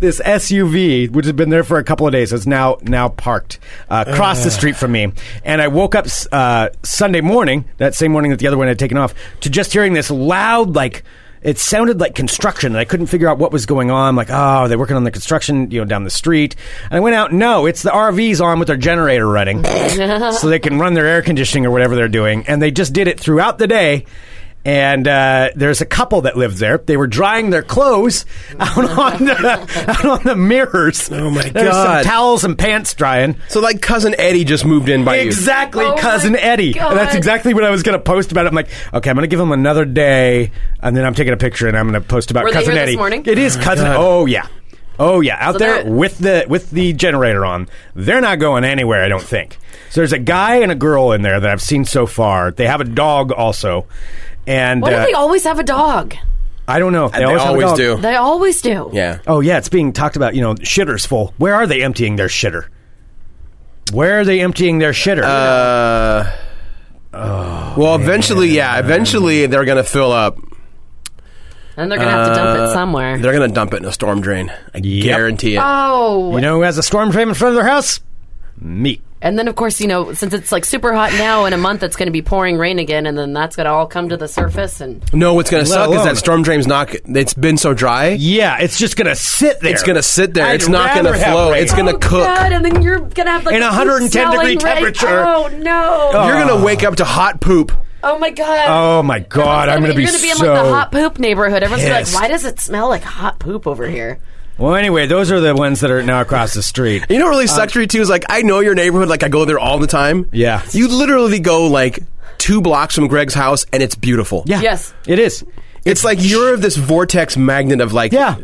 Speaker 1: this SUV, which had been there for a couple of days, is now now parked uh, across the street from me. And I woke up s- uh, Sunday morning, that same morning that the other one had taken off, to just hearing this loud like. It sounded like construction, and I couldn't figure out what was going on. I'm like, oh, they're working on the construction, you know, down the street. And I went out. No, it's the RVs on with their generator running, so they can run their air conditioning or whatever they're doing. And they just did it throughout the day. And uh, there's a couple that lives there. They were drying their clothes out on the out on the mirrors. Oh
Speaker 3: my
Speaker 1: There's some
Speaker 3: God.
Speaker 1: towels and pants drying.
Speaker 3: So like cousin Eddie just moved in by
Speaker 1: Exactly,
Speaker 2: Oh my
Speaker 1: cousin Eddie. And that's
Speaker 2: God.
Speaker 1: exactly what I was going to post about it. I'm like, okay, I'm going to give him another day, and then I'm taking a picture and I'm going to post about
Speaker 2: Were they
Speaker 1: cousin
Speaker 2: here this
Speaker 1: Eddie.
Speaker 2: morning?
Speaker 1: It is cousin.
Speaker 3: God.
Speaker 1: Oh yeah, oh yeah. Out
Speaker 2: So
Speaker 1: there
Speaker 2: they're-
Speaker 1: with the with the generator on, they're not going anywhere. I don't think. So there's a guy and a girl in there that I've seen so far. They have a dog also, and
Speaker 2: Why
Speaker 1: uh,
Speaker 2: do they always have a dog?
Speaker 1: I don't know.
Speaker 3: you. They always,
Speaker 1: have a dog.
Speaker 3: do.
Speaker 2: They always do.
Speaker 3: yeah.
Speaker 1: Oh yeah, it's being talked about. You know, shitter's full. Where are they emptying their shitter? Where are they emptying their shitter?
Speaker 3: Uh,
Speaker 1: Oh,
Speaker 3: Well, eventually, yeah, eventually they're going to fill up. Uh,
Speaker 2: And they're going to have to
Speaker 1: Uh,
Speaker 2: dump it somewhere.
Speaker 3: They're going to dump it in a storm drain. I
Speaker 1: Yep.
Speaker 3: guarantee it.
Speaker 2: Oh.
Speaker 1: You know who has a storm frame in front of their house? Me.
Speaker 2: And then, of course, you know, since it's like super hot now, in a month it's going to be pouring rain again, and then that's going to all come to the surface. And
Speaker 3: no, what's going to
Speaker 1: Let
Speaker 3: suck is
Speaker 1: alone-
Speaker 3: that storm drain's not. It's been so dry.
Speaker 1: Yeah, it's just gonna sit there.
Speaker 3: It's going to sit there.
Speaker 1: I'd
Speaker 3: it's not going to
Speaker 1: rather have
Speaker 3: flow.
Speaker 1: rain.
Speaker 3: It's going to
Speaker 2: oh
Speaker 3: cook.
Speaker 2: God, and then you're going to have like
Speaker 1: In
Speaker 2: a
Speaker 1: 110 degree
Speaker 2: smelling rain.
Speaker 1: temperature.
Speaker 2: Oh no! Oh,
Speaker 3: You're going to wake up to hot poop.
Speaker 2: my God!
Speaker 1: Oh my god, I'm gonna be
Speaker 2: You're going to be in
Speaker 1: so.
Speaker 2: like the hot poop neighborhood. Everyone's gonna be
Speaker 1: pissed.
Speaker 2: like, why does it smell like hot poop over here?
Speaker 1: well, anyway, those are the ones that are now across the street.
Speaker 3: You know, what really sucks for you too is like I know your neighborhood. Like I go there all the time.
Speaker 1: Yeah.
Speaker 3: You literally go like two blocks from Greg's house, and it's beautiful.
Speaker 1: Yeah,
Speaker 2: Yes.
Speaker 1: it is.
Speaker 3: It's like you're this vortex magnet of like
Speaker 1: Yeah,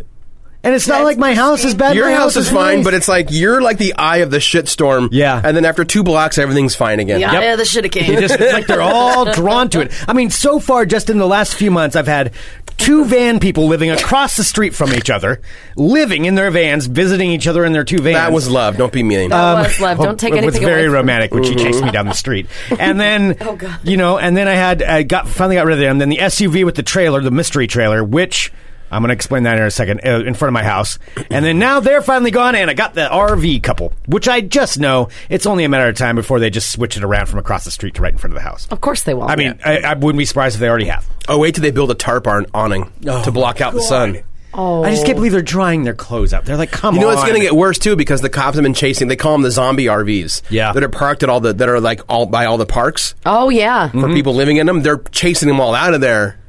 Speaker 1: and it's not like my house is bad.
Speaker 3: Your
Speaker 1: my
Speaker 3: house is fine,
Speaker 1: nice.
Speaker 3: but it's like you're like the eye of the shitstorm.
Speaker 1: Yeah.
Speaker 3: And then after two blocks, everything's fine again.
Speaker 2: Yeah,
Speaker 1: Yep.
Speaker 2: yeah the shit
Speaker 1: They
Speaker 2: came.
Speaker 1: just, it's like they're all drawn to it. I mean, so far, just in the last few months, I've had two van people living across the street from each other, living in their vans, visiting each other in their two vans.
Speaker 3: That was love. Don't be mean.
Speaker 1: Uh,
Speaker 2: That was love. Don't take
Speaker 1: um, It was
Speaker 2: anything
Speaker 1: very
Speaker 2: away from-
Speaker 1: romantic when she chased me down the street, and then
Speaker 2: Oh, God.
Speaker 1: you know, and then I had I got finally got rid of them. Then the SUV with the trailer, the mystery trailer, which I'm going to explain that in a second, uh, in front of my house, and then now they're finally gone, and I got the RV couple, which I just know it's only a matter of time before they just switch it around from across the street to right in front of the house.
Speaker 2: Of course they won't.
Speaker 1: I mean, I, I wouldn't be surprised if they already have. Oh
Speaker 3: oh, wait till they build a tarp ar- awning to block out the sun.
Speaker 2: Oh.
Speaker 1: I just can't believe they're drying their clothes out. They're like, come
Speaker 3: You
Speaker 1: on.
Speaker 3: know it's going to get worse too because the cops have been chasing. They call them the zombie RVs.
Speaker 1: Yeah.
Speaker 3: that are parked at all the that are like all by all the parks
Speaker 2: Oh yeah.
Speaker 3: for people living in them. They're chasing them all out of there.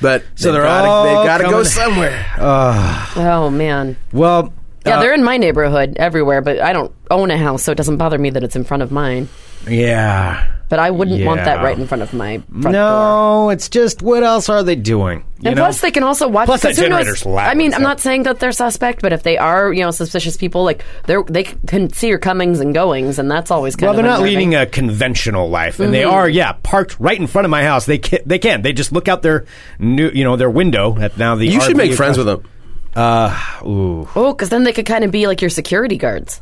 Speaker 3: But so
Speaker 1: they're
Speaker 3: gotta,
Speaker 1: all
Speaker 3: they've got to go
Speaker 1: coming-
Speaker 3: somewhere.
Speaker 2: Oh man.
Speaker 1: Well,
Speaker 2: Yeah,
Speaker 1: uh,
Speaker 2: they're in my neighborhood everywhere, but I don't own a house, so it doesn't bother me that it's in front of mine.
Speaker 1: uh, yeah.
Speaker 2: But I wouldn't want that
Speaker 1: Yeah.
Speaker 2: right in front of my front door.
Speaker 1: No, it's just what else are they doing? You
Speaker 2: And
Speaker 1: know?
Speaker 2: plus, they can also watch.
Speaker 1: Plus,
Speaker 2: 'cause
Speaker 1: that
Speaker 2: who knows-
Speaker 1: generator's loud,
Speaker 2: I mean, I'm
Speaker 1: so-
Speaker 2: not saying that they're suspect, but if they are, you know, suspicious people, like they're they c- can see your comings and goings, and that's always
Speaker 1: well,
Speaker 2: kind of.
Speaker 1: they're not
Speaker 2: unnerving.
Speaker 1: leading a conventional life, and
Speaker 3: Mm-hmm.
Speaker 1: they are, yeah, parked right in front of my house. They can, they can, they just look out their new, you know, their window at now the.
Speaker 3: You should
Speaker 1: RV
Speaker 3: make friends with them.
Speaker 2: Oh, because then they could kind of be like your security guards.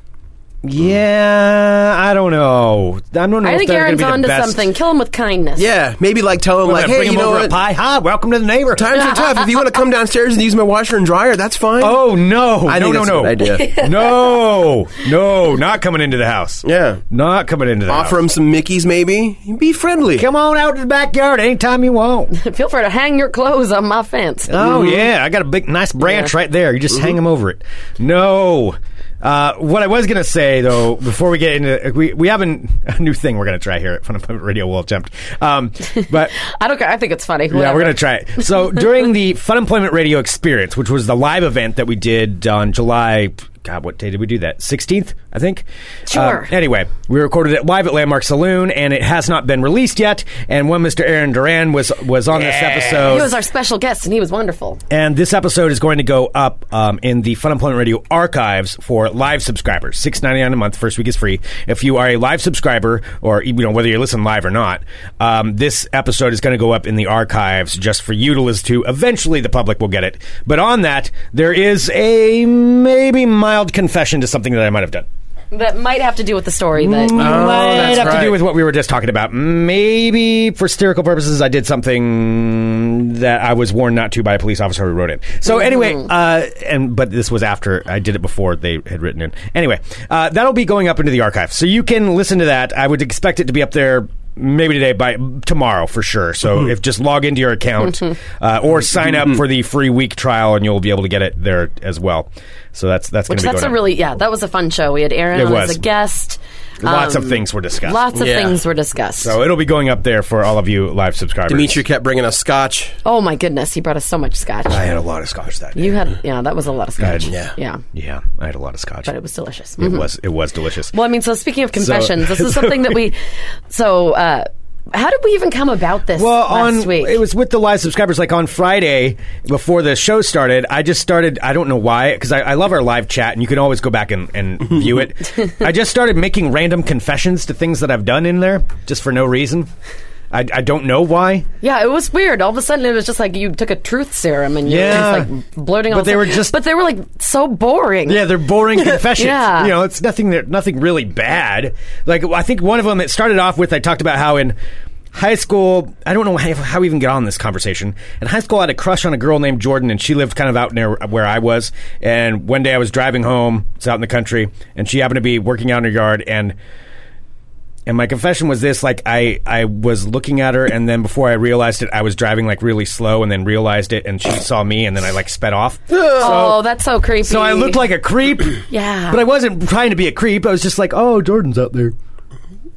Speaker 1: Yeah, I don't know. I don't know.
Speaker 2: I
Speaker 1: if
Speaker 2: think
Speaker 1: they're gonna be
Speaker 2: Aaron's
Speaker 1: the
Speaker 2: onto
Speaker 1: best.
Speaker 2: something. Kill him with kindness.
Speaker 3: Yeah, maybe like tell them
Speaker 1: We're
Speaker 3: like,
Speaker 1: gonna
Speaker 3: hey,
Speaker 1: bring
Speaker 3: you
Speaker 1: them
Speaker 3: know
Speaker 1: over
Speaker 3: what?
Speaker 1: to Pie High. Welcome to the neighbor.
Speaker 3: Times are tough. If you want to come downstairs and use my washer and dryer, that's fine.
Speaker 1: Oh no!
Speaker 3: I
Speaker 1: no
Speaker 3: think
Speaker 1: no
Speaker 3: that's
Speaker 1: no
Speaker 3: a good idea.
Speaker 1: no no! Not coming into the house.
Speaker 3: Yeah.
Speaker 1: not coming into the
Speaker 3: offer
Speaker 1: house.
Speaker 3: them some Mickey's, maybe. Be friendly.
Speaker 1: Come on out to the backyard anytime you want.
Speaker 2: Feel free to hang your clothes on my fence.
Speaker 1: Oh yeah, I got a big nice branch
Speaker 2: Mm-hmm. Yeah. Mm-hmm.
Speaker 1: right there. You just hang 'em hang them over it. No. Uh, what I was gonna say though, before we get into we we have an, a new thing we're gonna try here at Fun Employment Radio. We'll attempt, um, but
Speaker 2: I don't care. I think it's funny.
Speaker 1: yeah,
Speaker 2: Whatever.
Speaker 1: we're gonna try it. So during the Fun Employment Radio Experience, which was the live event that we did on July. God, what day did we do that? 16th, I think?
Speaker 2: Sure.
Speaker 1: Um, anyway, we recorded it live at Landmark Saloon, and it has not been released yet. And one Mr. Aaron Duran was was on this episode.
Speaker 2: He was our special guest, and he was wonderful.
Speaker 1: And this episode is going to go up um, in the Fun Employment Radio archives for live subscribers. Six ninety nine a month. First week is free. If you are a live subscriber, or you know whether you listen live or not, um, this episode is going to go up in the archives just for you to listen to. Eventually, the public will get it. But on that, there is a maybe mild confession to something that I might have done.
Speaker 2: That might have to do with the story,
Speaker 1: Mm. Uh,
Speaker 2: but
Speaker 1: might
Speaker 3: that's
Speaker 1: have to
Speaker 3: right.
Speaker 1: do with what we were just talking about. Maybe for satirical purposes, I did something that I was warned not to by a police officer who wrote it. So
Speaker 2: Mm-hmm.
Speaker 1: anyway, uh, and but this was after I did it before they had written it. Anyway, uh, that'll be going up into the archive, so you can listen to that. I would expect it to be up there. Maybe today, by tomorrow for sure. So if just log into your account
Speaker 2: Mm-hmm.
Speaker 1: uh, or sign up for the free week trial, and you'll be able to get it there as well. So that's that's going
Speaker 2: which
Speaker 1: to be
Speaker 2: that's
Speaker 1: going
Speaker 2: a
Speaker 1: up.
Speaker 2: really yeah. That was a fun show. We had Aaron
Speaker 1: It
Speaker 2: on
Speaker 1: was.
Speaker 2: as a guest.
Speaker 1: lots
Speaker 2: Um,
Speaker 1: of things were discussed.
Speaker 2: Lots of
Speaker 3: Yeah.
Speaker 2: things were discussed.
Speaker 1: So Oh, it'll be going up there for all of you live subscribers.
Speaker 3: Dimitri kept bringing us scotch.
Speaker 2: oh my goodness, he brought us so much scotch.
Speaker 1: I had a lot of scotch that day.
Speaker 2: you had yeah, that was a lot of scotch.
Speaker 1: Good.
Speaker 3: Yeah.
Speaker 2: yeah,
Speaker 1: yeah, I had a lot of scotch.
Speaker 2: but it was delicious.
Speaker 1: It
Speaker 2: Mhm.
Speaker 1: was it was delicious.
Speaker 2: Well, I mean, so speaking of confessions, this is something that we. So, uh, how did we even come about this
Speaker 1: Well,
Speaker 2: last
Speaker 1: on
Speaker 2: week?
Speaker 1: it was with the live subscribers. Like on Friday before the show started, I just started. I don't know why, because I, I love our live chat, and you can always go back and, and view it. I just started making random confessions to things that I've done in there, just for no reason. I, I don't know why.
Speaker 2: yeah, it was weird. All of a sudden, it was just like you took a truth serum and you
Speaker 1: Yeah.
Speaker 2: were just like blurting.
Speaker 1: But
Speaker 2: all
Speaker 1: they
Speaker 2: this-
Speaker 1: were just-
Speaker 2: but they were like so boring.
Speaker 1: Yeah, they're boring confessions.
Speaker 2: Yeah.
Speaker 1: You know, it's nothing that nothing really bad. Like I think one of them it started off with I talked about how in high school I don't know how, how we even got on this conversation. In high school I had a crush on a girl named Jordan and she lived kind of out near where I was and one day I was driving home, it's out in the country, and she happened to be working out in her yard and and my confession was this like I, I was looking at her and then before I realized it I was driving like really slow and then realized it and she saw me and then I like sped off.
Speaker 2: Oh, that's so creepy.
Speaker 1: So I looked like a creep.
Speaker 2: Yeah.
Speaker 1: But I wasn't trying to be a creep. I was just like, oh, Jordan's out there.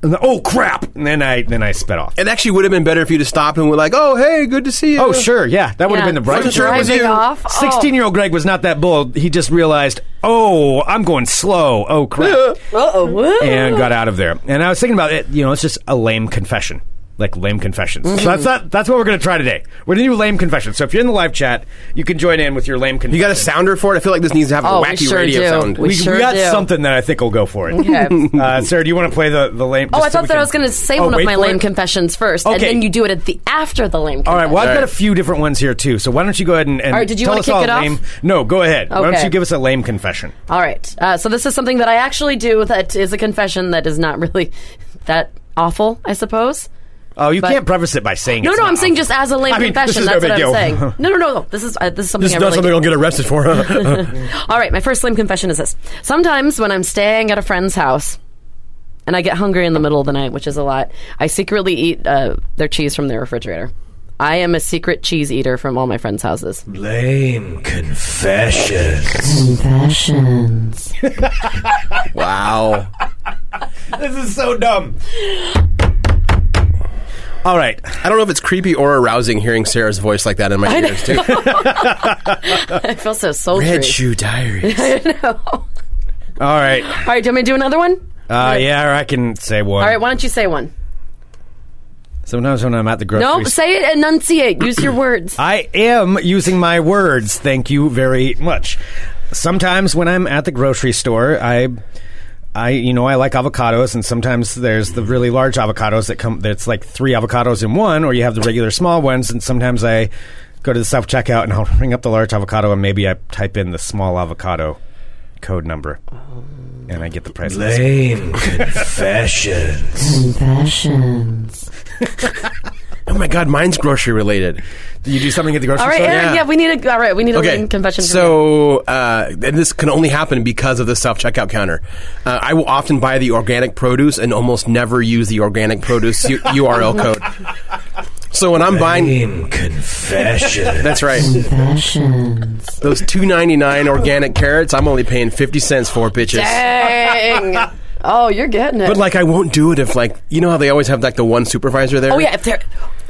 Speaker 1: And then, oh crap! And then I then I sped off.
Speaker 3: It actually would have been better if you'd have stopped and were like, "Oh, hey, good to see you."
Speaker 1: oh sure, yeah, that would have
Speaker 2: Yeah.
Speaker 1: been the bright.
Speaker 3: Wasn't sure it was
Speaker 2: Driving
Speaker 3: you.
Speaker 2: off. Oh.
Speaker 1: Sixteen year old Greg was not that bold. He just realized, oh, I'm going slow. Oh crap!
Speaker 2: Uh-oh.
Speaker 1: and got out of there. And I was thinking about it. You know, it's just a lame confession, like lame confessions.
Speaker 2: Mm-hmm.
Speaker 1: So that's not, that's what we're going to try today. We're going to do lame confessions. So if you're in the live chat, you can join in with your lame confession.
Speaker 3: You got a sounder for it? I feel like this needs to have
Speaker 2: Oh,
Speaker 3: a
Speaker 2: we
Speaker 3: wacky
Speaker 2: sure
Speaker 3: radio
Speaker 2: do.
Speaker 3: sound.
Speaker 2: We
Speaker 1: we,
Speaker 2: sure
Speaker 1: we got
Speaker 2: do.
Speaker 1: something that I think will go for it.
Speaker 2: Okay.
Speaker 1: Uh, Sarah, do you want to play the, the lame?
Speaker 2: Oh,
Speaker 1: just
Speaker 2: I
Speaker 1: so
Speaker 2: thought
Speaker 1: we
Speaker 2: that I
Speaker 1: can-
Speaker 2: was going to say
Speaker 1: Oh,
Speaker 2: one of
Speaker 1: wait
Speaker 2: my
Speaker 1: for
Speaker 2: lame
Speaker 1: it?
Speaker 2: confessions first, and
Speaker 1: Okay.
Speaker 2: then you do it at the after the lame.
Speaker 1: All right, well, I've
Speaker 3: All
Speaker 1: got a
Speaker 3: right.
Speaker 1: few different ones here too. So why don't you go ahead and, and
Speaker 2: All right, did you
Speaker 1: tell
Speaker 2: wanna
Speaker 1: us all
Speaker 2: kick it
Speaker 1: a
Speaker 2: off?
Speaker 1: lame? No, go ahead. Why don't
Speaker 2: Okay.
Speaker 1: you give us a lame confession?
Speaker 2: All right. Uh, so this is something that I actually do that is a confession that is not really that awful, I suppose.
Speaker 1: Oh, you
Speaker 2: But-
Speaker 1: can't preface it by saying.
Speaker 2: No,
Speaker 1: it's
Speaker 2: no,
Speaker 1: not
Speaker 2: I'm saying
Speaker 1: awful.
Speaker 2: just as a lame
Speaker 1: I mean, this
Speaker 2: confession.
Speaker 1: is no
Speaker 2: That's what
Speaker 1: big
Speaker 2: I'm
Speaker 1: deal.
Speaker 2: saying. No, no, no, no. This is uh, this is something
Speaker 3: This
Speaker 2: I
Speaker 3: is not
Speaker 2: really
Speaker 3: something
Speaker 2: do.
Speaker 3: I'll get arrested for.
Speaker 2: All right, my first lame confession is this. Sometimes when I'm staying at a friend's house and I get hungry in the middle of the night, which is a lot, I secretly eat uh, their cheese from their refrigerator. I am a secret cheese eater from all my friends' houses.
Speaker 1: Lame confessions.
Speaker 2: Confessions.
Speaker 3: Wow.
Speaker 1: this is so dumb. All right.
Speaker 3: I don't know if it's creepy or arousing hearing Sarah's voice like that in my ears, too.
Speaker 2: I feel so sultry.
Speaker 3: Red Shoe Diaries.
Speaker 1: All right.
Speaker 2: All right, do you want me to do another one?
Speaker 1: Uh, yeah, or I can say one.
Speaker 2: All right, why don't you say one?
Speaker 1: Sometimes when I'm at the grocery
Speaker 2: No,
Speaker 1: store.
Speaker 2: say it, enunciate, use your words.
Speaker 1: I am using my words. Thank you very much. Sometimes when I'm at the grocery store, I I you know, I like avocados and sometimes there's the really large avocados that come that's like 3 avocados in one or you have the regular small ones and sometimes I go to the self checkout and I'll ring up the large avocado and maybe I type in the small avocado code number and I get the price. Lame confessions.
Speaker 2: Confessions.
Speaker 3: Oh my God, mine's grocery related.
Speaker 1: You do something at the grocery
Speaker 2: All right,
Speaker 1: store?
Speaker 2: Aaron, yeah. we need a. All right, we need a
Speaker 3: Okay.
Speaker 2: written confession. from you.
Speaker 3: So, uh, and this can only happen because of the self checkout counter. Uh, I will often buy the organic produce and almost never use the organic produce U- URL code. So when I'm buying,
Speaker 1: confession.
Speaker 3: that's right. Those two ninety nine organic carrots, I'm only paying fifty cents for bitches.
Speaker 2: Dang. oh, you're getting it.
Speaker 3: But like, I won't do it if like you know how they always have like the one supervisor there.
Speaker 2: oh yeah, if they're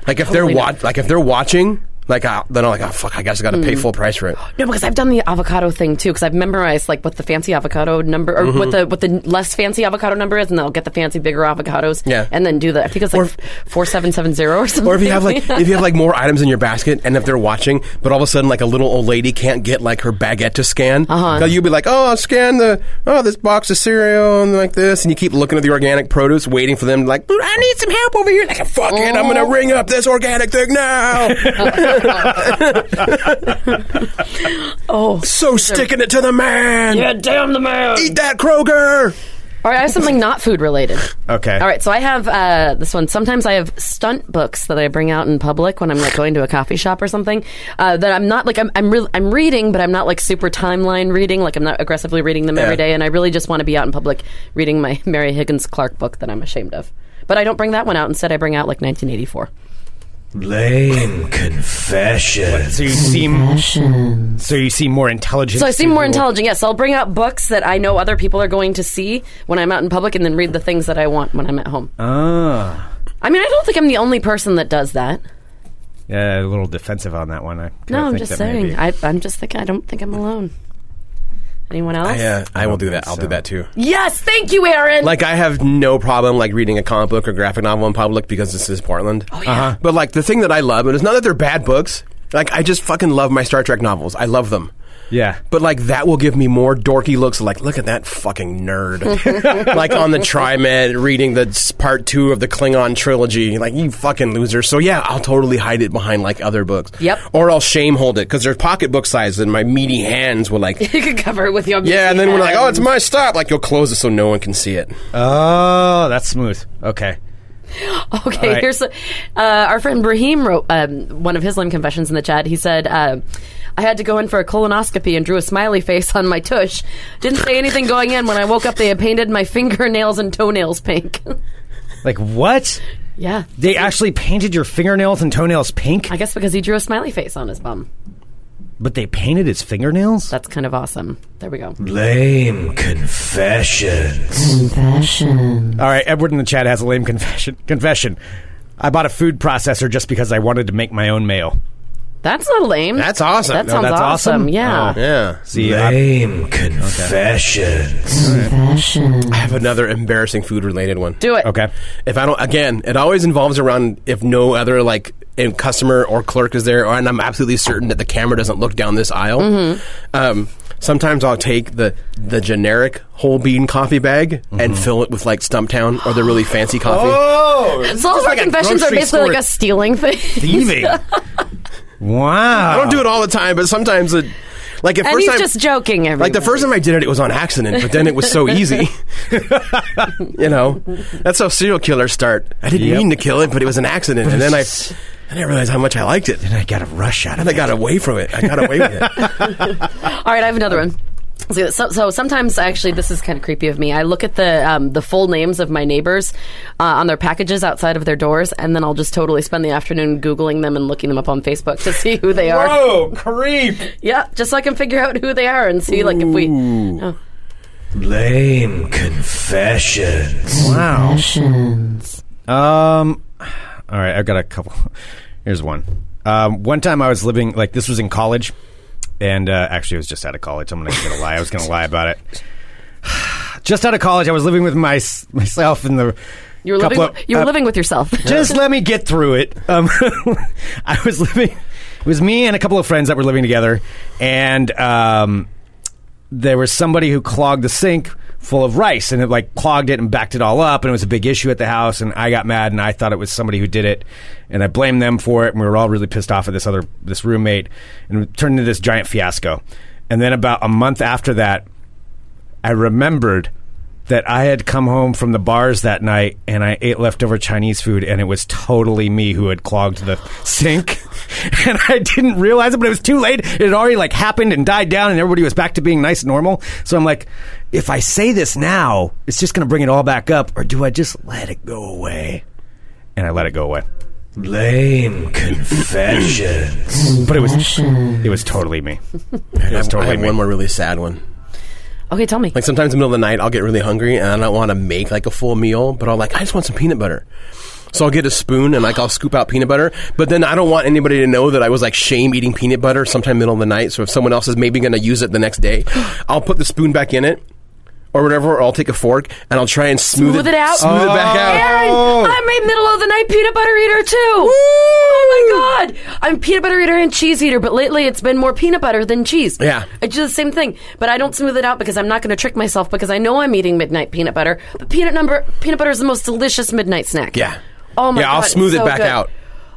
Speaker 3: Like if
Speaker 2: Totally
Speaker 3: they're
Speaker 2: not.
Speaker 3: watch, like if they're watching, like I, then I'm like, oh fuck, I guess I got to
Speaker 2: Hmm.
Speaker 3: pay full price for it.
Speaker 2: no, because I've done the avocado thing too. Because I've memorized like what the fancy avocado number or
Speaker 3: Mm-hmm.
Speaker 2: what the what the less fancy avocado number is, and then I'll get the fancy bigger avocados.
Speaker 3: Yeah.
Speaker 2: and then do that. I think it's
Speaker 3: Or
Speaker 2: like
Speaker 3: if-
Speaker 2: four seven seven zero or something.
Speaker 3: Or if you have like if you have like more items in your basket, and if they're watching, but all of a sudden like a little old lady can't get like her baguette to scan,
Speaker 2: Uh-huh.
Speaker 3: so you'll be like, oh, I'll scan the oh this box of cereal and like this, and you keep looking at the organic produce, waiting for them like, I need some help over here. Like "Oh, fuck it, I'm gonna ring up this organic thing now.
Speaker 2: oh,
Speaker 3: so sticking it to the man.
Speaker 2: damn the man.
Speaker 3: Eat that Kroger.
Speaker 2: All right, I have something not food related.
Speaker 1: Okay.
Speaker 2: All right, so I have uh, this one. Sometimes I have stunt books that I bring out in public when I'm like going to a coffee shop or something. Uh, that I'm not like I'm I'm, re- I'm reading, but I'm not like super timeline reading. Like I'm not aggressively reading them every
Speaker 3: Yeah.
Speaker 2: day, and I really just want to be out in public reading my Mary Higgins Clark book that I'm ashamed of. But I don't bring that one out. Instead, I bring out like 1984.
Speaker 1: Lame confession. So you seem so you seem more intelligent.
Speaker 2: So I seem more
Speaker 1: than-
Speaker 2: intelligent. Yes, I'll bring out books that I know other people are going to see when I'm out in public, and then read the things that I want when I'm at home.
Speaker 1: Ah,
Speaker 2: I mean, I don't think I'm the only person that does that.
Speaker 1: yeah, a little defensive on that one. I kinda
Speaker 2: No, I'm
Speaker 1: think that
Speaker 2: just
Speaker 1: may
Speaker 2: saying.
Speaker 1: be-
Speaker 2: I, I'm just thinking. I don't think I'm alone. Anyone else?
Speaker 3: Yeah, I will do
Speaker 1: think
Speaker 3: that. I'll
Speaker 1: so.
Speaker 3: do that too.
Speaker 2: Yes, thank you, Aaron.
Speaker 3: Like I have no problem like reading a comic book or graphic novel in public because this is Portland.
Speaker 2: yeah. Uh-huh.
Speaker 3: But like the thing that I love, and it's not that they're bad books. Like I just fucking love my Star Trek novels. I love them.
Speaker 1: yeah,
Speaker 3: But like that will give me more dorky looks. Like look at that fucking nerd. like on the TriMed reading the s- part two of the Klingon trilogy. Like you fucking loser. So yeah, I'll totally hide it behind like other books.
Speaker 2: Yep.
Speaker 3: Or I'll shame hold it because they're pocketbook size and my meaty hands will like.
Speaker 2: you could cover it with your
Speaker 3: Yeah, and then we're like, oh, it's
Speaker 2: hands.
Speaker 3: my stop. Like, you'll close it so no one can see it.
Speaker 1: oh, that's smooth. Okay,
Speaker 2: okay.
Speaker 1: all right.
Speaker 2: Here's uh, our friend Brahim wrote um, one of his limb confessions in the chat. He said, uh, "I had to go in for a colonoscopy and drew a smiley face on my tush. Didn't say anything going in. When I woke up, they had painted my fingernails and toenails pink.
Speaker 1: like what?
Speaker 2: yeah,
Speaker 1: They actually painted your fingernails and toenails pink,
Speaker 2: I guess because he drew a smiley face on his bum.
Speaker 1: but they painted his fingernails.
Speaker 2: That's kind of awesome. There we go.
Speaker 1: Lame confessions. Confession. All right, Edward in the chat has a lame confession. Confession. I bought a food processor just because I wanted to make my own mail.
Speaker 2: That's not lame.
Speaker 3: That's awesome.
Speaker 2: That
Speaker 3: No,
Speaker 2: sounds
Speaker 1: that's
Speaker 2: awesome.
Speaker 1: awesome?
Speaker 2: Yeah.
Speaker 1: Oh.
Speaker 3: Yeah.
Speaker 1: See, I-
Speaker 4: Lame confessions.
Speaker 3: I have another embarrassing food related one.
Speaker 2: Do it.
Speaker 1: okay.
Speaker 3: If I don't, again, it always involves around if no other like in- customer or clerk is there, or, and I'm absolutely certain that the camera doesn't look down this aisle.
Speaker 2: Mm-hmm.
Speaker 3: Um, sometimes I'll take the the generic whole bean coffee bag
Speaker 2: Mm-hmm.
Speaker 3: and fill it with like Stumptown or the really fancy coffee.
Speaker 1: Oh,
Speaker 2: So all of our
Speaker 3: like a
Speaker 2: confessions are
Speaker 3: grocery
Speaker 2: basically
Speaker 3: store.
Speaker 2: like us stealing things.
Speaker 1: thieving. wow.
Speaker 3: I don't do it all the time, but sometimes it. Like at
Speaker 2: And
Speaker 3: first
Speaker 2: he's
Speaker 3: time,
Speaker 2: just joking, everyone.
Speaker 3: Like the first time I did it, it was on accident, but then it was so easy. you know, that's how serial killers start. I didn't
Speaker 1: Yep.
Speaker 3: mean to kill it, but it was an accident, and then I, then I realized how much I liked it,
Speaker 1: I got a rush out of
Speaker 3: and I got away from it. I got away with it.
Speaker 2: All right, I have another one. So, so, so sometimes actually this is kind of creepy of me. I look at the um, the full names of my neighbors uh, on their packages outside of their doors, and then I'll just totally spend the afternoon googling them and looking them up on Facebook to see who they are.
Speaker 1: Whoa, creep!
Speaker 2: Yeah, just so I can figure out who they are and see like if we. Oh.
Speaker 4: Lame confessions.
Speaker 1: Wow. Um, all right, I've got a couple. Here's one. Um, one time I was living like this was in college, and uh, actually I was just out of college. I'm not gonna lie. I was gonna lie about it. just out of college, I was living with my myself in the.
Speaker 2: You were living.
Speaker 1: couple of-
Speaker 2: you were
Speaker 1: uh,
Speaker 2: living with yourself.
Speaker 1: just let me get through it. Um, I was living. It was me and a couple of friends that were living together, and um, there was somebody who clogged the sink full of rice, and it like clogged it and backed it all up, and it was a big issue at the house. And I got mad, and I thought it was somebody who did it, and I blamed them for it. And we were all really pissed off at this other this roommate, and it turned into this giant fiasco. And then about a month after that, I remembered that I had come home from the bars that night and I ate leftover Chinese food and it was totally me who had clogged the sink. And I didn't realize it, but it was too late. It had already like happened and died down and everybody was back to being nice and normal. So I'm like, if I say this now, it's just going to bring it all back up or do I just let it go away? And I let it go away.
Speaker 4: Lame confessions.
Speaker 1: But it was it was totally me. It was
Speaker 3: I
Speaker 1: totally
Speaker 3: have
Speaker 1: me.
Speaker 3: one more really sad one.
Speaker 2: okay, tell me.
Speaker 3: Like sometimes in the middle of the night, I'll get really hungry and I don't want to make like a full meal, but I'll like I just want some peanut butter. So I'll get a spoon and like I'll scoop out peanut butter, but then I don't want anybody to know that I was like shame eating peanut butter sometime middle of the night. So if someone else is maybe going to use it the next day, I'll put the spoon back in it or whatever, or I'll take a fork and I'll try and smooth,
Speaker 2: Smooth it out? Oh.
Speaker 3: smooth it back out.
Speaker 2: Aaron,
Speaker 1: Oh.
Speaker 2: I'm a middle of the night peanut butter eater too. Oh my god, I'm peanut butter eater and cheese eater, but lately it's been more peanut butter than cheese.
Speaker 3: Yeah.
Speaker 2: I do the same thing, but I don't smooth it out because I'm not going to trick myself because I know I'm eating midnight peanut butter. But peanut number peanut butter is the most delicious midnight snack.
Speaker 3: Yeah.
Speaker 2: Oh my
Speaker 3: yeah,
Speaker 2: god,
Speaker 3: I'll
Speaker 2: it's
Speaker 3: smooth it
Speaker 2: so
Speaker 3: back
Speaker 2: good.
Speaker 3: out.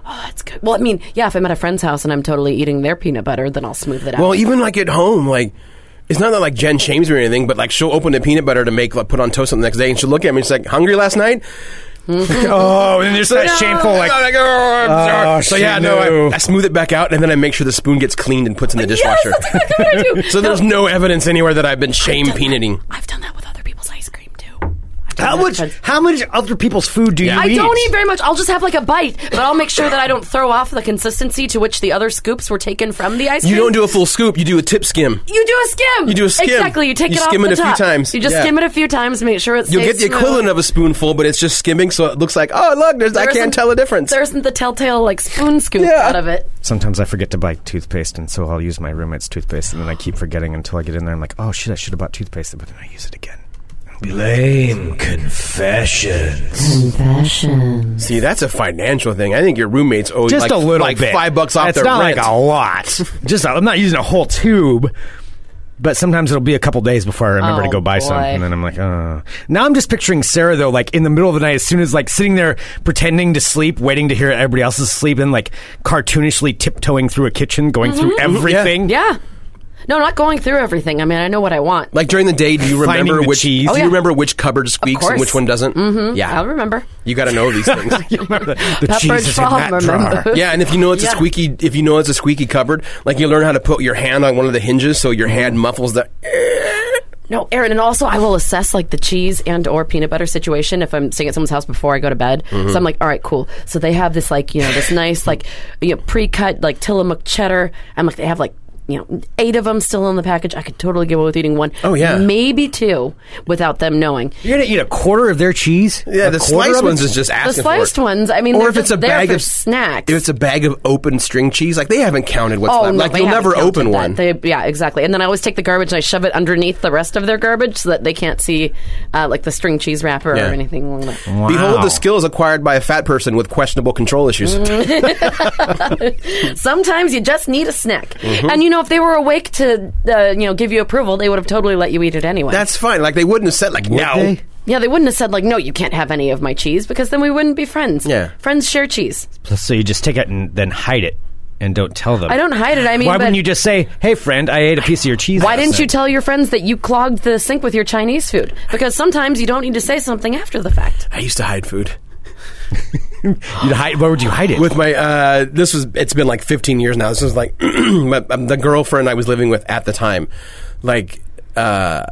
Speaker 2: Oh, that's good. Well, I mean, yeah, if I'm at a friend's house and I'm totally eating their peanut butter, then I'll smooth it out.
Speaker 3: Well, even like at home, like it's not that like Jen shames me or anything, but like she'll open the peanut butter to make like put on toast on the next day, and she'll look at me and she's like, "Hungry last night?"
Speaker 2: Mm-hmm.
Speaker 1: Oh, and there's that shameful like
Speaker 3: I'm like, "Oh, I'm sorry."
Speaker 1: Oh,
Speaker 3: so
Speaker 1: she
Speaker 3: yeah, no,
Speaker 1: knew.
Speaker 3: I, I smooth it back out, and then I make sure the spoon gets cleaned and puts in the
Speaker 2: yes,
Speaker 3: dishwasher.
Speaker 2: that's exactly what I do.
Speaker 3: so there's no evidence anywhere that I've been shame
Speaker 2: I've done that.
Speaker 3: peanuting.
Speaker 2: I've done that with other people's ice cream too. I've done
Speaker 1: how
Speaker 2: that with
Speaker 1: much
Speaker 2: friends.
Speaker 1: how much other people's food do you
Speaker 2: I
Speaker 1: eat?
Speaker 2: don't eat very much. I'll just have like a bite, but I'll make sure that I don't throw off the consistency to which the other scoops were taken from the ice cream.
Speaker 3: You don't do a full scoop; you do a tip skim.
Speaker 2: You do a skim.
Speaker 3: You do a skim.
Speaker 2: Exactly. You take
Speaker 3: You
Speaker 2: it off
Speaker 3: skim
Speaker 2: the
Speaker 3: it a few
Speaker 2: top.
Speaker 3: times.
Speaker 2: You just
Speaker 3: Yeah.
Speaker 2: skim it a few times, make sure it's.
Speaker 3: You'll get the equivalent of a spoonful, but it's just skimming, so it looks like, oh look, there's, I can't tell the difference.
Speaker 2: There isn't the telltale like spoon scoop
Speaker 3: Yeah.
Speaker 2: out of it.
Speaker 1: Sometimes I forget to buy toothpaste, and so I'll use my roommate's toothpaste, and then I keep forgetting until I get in there. I'm like, oh shit, I should have bought toothpaste, but then I use it again.
Speaker 4: Lame confessions.
Speaker 3: See, that's a financial thing. I think your roommates owe you,
Speaker 1: Just
Speaker 3: like,
Speaker 1: a little
Speaker 3: like
Speaker 1: bit,
Speaker 3: five bucks off
Speaker 1: It's
Speaker 3: their
Speaker 1: not
Speaker 3: rent.
Speaker 1: like a lot. Just i I'm not using a whole tube, but sometimes it'll be a couple days before I remember to
Speaker 2: Oh,
Speaker 1: go buy some,
Speaker 2: boy.
Speaker 1: and then I'm like, uh. Now I'm just picturing Sarah though, like in the middle of the night, as soon as like sitting there pretending to sleep, waiting to hear everybody else's sleep, and like cartoonishly tiptoeing through a kitchen, going through everything.
Speaker 2: Mm-hmm. Yeah. No, not going through everything. I mean, I know what I want.
Speaker 3: Like during the day, do you
Speaker 1: Finding
Speaker 3: remember
Speaker 1: the
Speaker 3: which?
Speaker 1: cheese.
Speaker 3: Do
Speaker 1: Oh,
Speaker 3: you
Speaker 2: yeah.
Speaker 3: remember which cupboard squeaks and
Speaker 2: course.
Speaker 3: which one doesn't? Mm-hmm. Yeah,
Speaker 2: I'll remember.
Speaker 3: you got to know these things.
Speaker 1: You remember the, the
Speaker 2: Pepperidge
Speaker 1: cheese is in
Speaker 2: Farm,
Speaker 1: that
Speaker 2: remember?
Speaker 1: drawer.
Speaker 3: yeah, and if you know it's a
Speaker 2: Yeah.
Speaker 3: squeaky, if you know it's a squeaky cupboard, like you learn how to put your hand on one of the hinges so your hand muffles the.
Speaker 2: No, Aaron, and also I will assess like the cheese and or peanut butter situation if I'm staying at someone's house before I go to bed.
Speaker 3: Mm-hmm.
Speaker 2: So I'm like, all right, cool. So they have this like you know this nice like you know pre-cut like Tillamook cheddar. I'm like they have like you know eight of them still in the package. I could totally get away with eating one.
Speaker 3: Oh, yeah.
Speaker 2: maybe two without them knowing.
Speaker 1: You're gonna eat a quarter of their cheese.
Speaker 3: Yeah,
Speaker 1: A
Speaker 3: the
Speaker 1: quarter
Speaker 3: sliced
Speaker 1: of it?
Speaker 3: ones is just
Speaker 2: The
Speaker 3: asking
Speaker 2: sliced
Speaker 3: for it.
Speaker 2: ones, I mean,
Speaker 3: or
Speaker 2: they're
Speaker 3: if it's
Speaker 2: just
Speaker 3: a
Speaker 2: there
Speaker 3: bag
Speaker 2: for
Speaker 3: of
Speaker 2: snacks.
Speaker 3: if it's a bag of open string cheese, like they haven't counted what's left. like
Speaker 2: Oh, they
Speaker 3: you'll
Speaker 2: haven't
Speaker 3: never
Speaker 2: counted
Speaker 3: open
Speaker 2: that.
Speaker 3: one.
Speaker 2: They, yeah, exactly. And then I always take the garbage and I shove it underneath the rest of their garbage so that they can't see uh, like the string cheese wrapper
Speaker 3: Yeah.
Speaker 2: or anything along that.
Speaker 3: Behold
Speaker 1: Wow.
Speaker 3: the skills acquired by a fat person with questionable control issues.
Speaker 1: Mm-hmm.
Speaker 2: Sometimes you just need a snack.
Speaker 1: Mm-hmm.
Speaker 2: And you know, if they were awake to uh, you know give you approval, they would have totally let you eat it anyway.
Speaker 3: That's fine. Like they wouldn't have said like no.
Speaker 1: they?
Speaker 2: yeah, they wouldn't have said like, "No, you can't have any of my cheese," because then we wouldn't be friends.
Speaker 3: Yeah.
Speaker 2: friends share cheese.
Speaker 1: So you just take it and then hide it and don't tell them.
Speaker 2: I don't hide it. I mean,
Speaker 1: Why
Speaker 2: but
Speaker 1: wouldn't you just say, "Hey, friend, I ate a piece of your cheese"?
Speaker 2: why
Speaker 1: last
Speaker 2: didn't you
Speaker 1: night."
Speaker 2: tell your friends that you clogged the sink with your Chinese food? Because sometimes you don't need to say something after the fact.
Speaker 3: I used to hide food.
Speaker 1: You'd hide. Where would you hide it?
Speaker 3: with my uh, this was it's been like 15 years now this was like my, um, the girlfriend i was living with at the time like uh,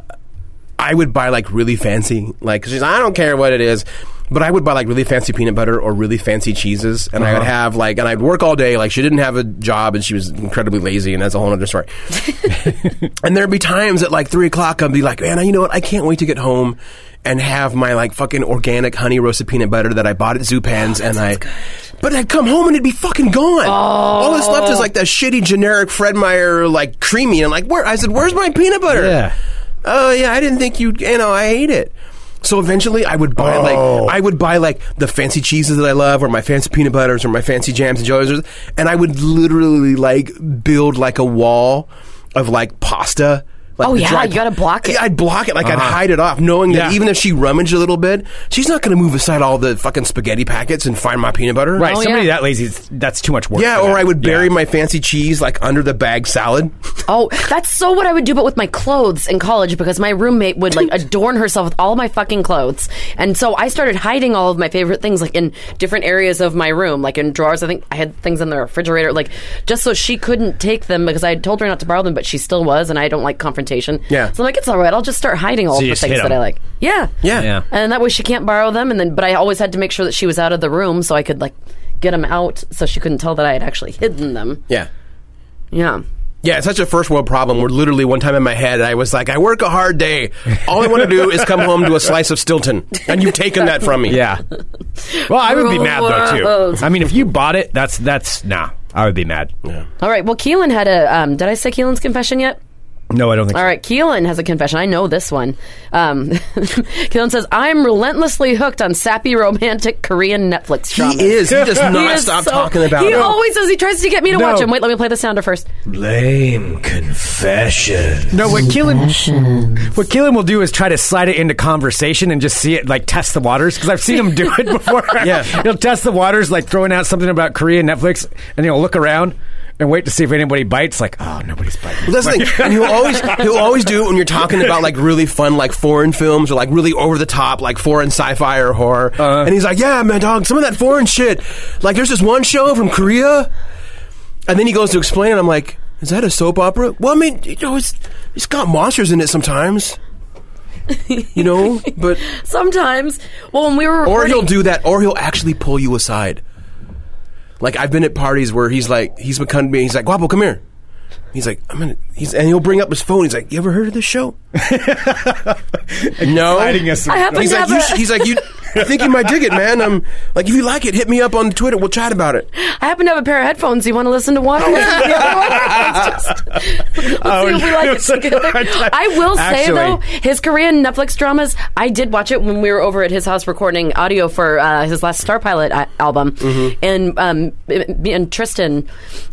Speaker 3: I would buy like really fancy, like 'cause she's I don't care what it is, but I would buy like really fancy peanut butter or really fancy cheeses, and I
Speaker 1: Uh-huh.
Speaker 3: would have like, and I'd work all day. Like she didn't have a job and she was incredibly lazy, and that's a whole other story. and there'd be times at like three o'clock, I'd be like, man, you know what? I can't wait to get home and have my like fucking organic honey roasted peanut butter that I bought at Zupan's, and I. But I'd come home and it'd be fucking gone. All that's left is like that shitty generic Fred Meyer like creamy. And I'm like, where? I said, where's my peanut butter?
Speaker 1: Yeah.
Speaker 3: oh yeah, I didn't think you. You know, I ate it. So eventually, I would buy
Speaker 1: Oh.
Speaker 3: like I would buy like the fancy cheeses that I love, or my fancy peanut butters, or my fancy jams and joys, and I would literally like build like a wall of like pasta. Like
Speaker 2: Oh,
Speaker 3: the
Speaker 2: yeah,
Speaker 3: dry-
Speaker 2: you gotta block it.
Speaker 3: Yeah, I'd block it, like I'd hide it off, knowing that
Speaker 1: Uh-huh. Yeah.
Speaker 3: even if she rummaged a little bit, she's not gonna move aside all the fucking spaghetti packets and find my peanut butter.
Speaker 1: Right,
Speaker 2: Oh,
Speaker 1: somebody
Speaker 2: yeah.
Speaker 1: that lazy, it's- that's too much work.
Speaker 3: Yeah,
Speaker 1: for
Speaker 3: or
Speaker 1: that.
Speaker 3: I would bury
Speaker 1: Yeah.
Speaker 3: my fancy cheese like under the bag salad.
Speaker 2: Oh, that's so what I would do, but with my clothes in college because my roommate would like adorn herself with all my fucking clothes, and so I started hiding all of my favorite things like in different areas of my room, like in drawers. I think I had things in the refrigerator, like just so she couldn't take them because I had told her not to borrow them, but she still was, and I don't like confrontation.
Speaker 3: Yeah.
Speaker 2: so I'm like, it's all right. I'll just start hiding all
Speaker 1: So you
Speaker 2: of the
Speaker 1: just hid
Speaker 2: things that
Speaker 1: 'em.
Speaker 2: I like. Yeah,
Speaker 3: Yeah.
Speaker 1: Yeah.
Speaker 2: and that way she can't borrow them, and then but I always had to make sure that she was out of the room so I could like get them out so she couldn't tell that I had actually hidden them.
Speaker 3: Yeah.
Speaker 2: Yeah.
Speaker 3: Yeah, it's such a first world problem where literally one time in my head I was like, I work a hard day. All I want to do is come home to a slice of Stilton. And you've taken that from me.
Speaker 1: Yeah. Well, I would be mad though
Speaker 2: Gross.
Speaker 1: too. I mean, if you bought it, that's that's nah. I would be mad.
Speaker 2: All right. Well, Keelan had a. Um, did I say Keelan's confession yet?
Speaker 1: No, I don't think.
Speaker 2: All right. Keelan has a confession. I know this one. Um, Keelan says, I'm relentlessly hooked on sappy romantic Korean Netflix
Speaker 3: He
Speaker 2: dramas.
Speaker 3: is. He does
Speaker 2: He
Speaker 3: not
Speaker 2: is
Speaker 3: stop
Speaker 2: so-
Speaker 3: talking about
Speaker 2: He
Speaker 3: it.
Speaker 2: always does. He tries to get me to
Speaker 1: No.
Speaker 2: watch him. Wait, let me play the sounder first.
Speaker 4: Lame confession.
Speaker 1: So. No, what Keelan what Keelan will do is try to slide it into conversation and just see it like test the waters because I've seen him do it before.
Speaker 3: Yeah.
Speaker 1: he'll test the waters like throwing out something about Korea Netflix, and he'll look around and wait to see if anybody bites. Like, oh, nobody's biting.
Speaker 3: Well, that's the thing. And he'll always he'll always do it when you're talking about like really fun like foreign films or like really over the top like foreign sci-fi or horror. and he's like, "Yeah, man, dog, some of that foreign shit. Like, there's this one show from Korea." And then he goes to explain, and I'm like, "Is that a soap opera? Well, I mean, you know, it's it's got monsters in it sometimes." you know, but
Speaker 2: Sometimes, well, when we were
Speaker 3: or
Speaker 2: recording-
Speaker 3: he'll do that, or he'll actually pull you aside. Like I've been at parties where he's like, he's become me. He's like, Guapo, come here. He's like, I'm gonna. He's and he'll bring up his phone. He's like, you ever heard of this show? no.
Speaker 1: Biting us.
Speaker 2: I happen
Speaker 3: He's
Speaker 2: to
Speaker 3: like,
Speaker 2: have
Speaker 3: you
Speaker 2: a-
Speaker 3: should, he's like, you. I think you might dig it, man. I'm like, if you like it, hit me up on Twitter. We'll chat about it.
Speaker 2: I happen to have a pair of headphones. You want to listen to one? Let's listen to the other one? Let's just- let's
Speaker 1: Oh,
Speaker 2: see if we like it
Speaker 1: so-
Speaker 2: together. I will say
Speaker 1: Actually-
Speaker 2: though, his Korean Netflix dramas. I did watch it when we were over at his house recording audio for uh, his last Star Pilot uh, album, and um, me and Tristan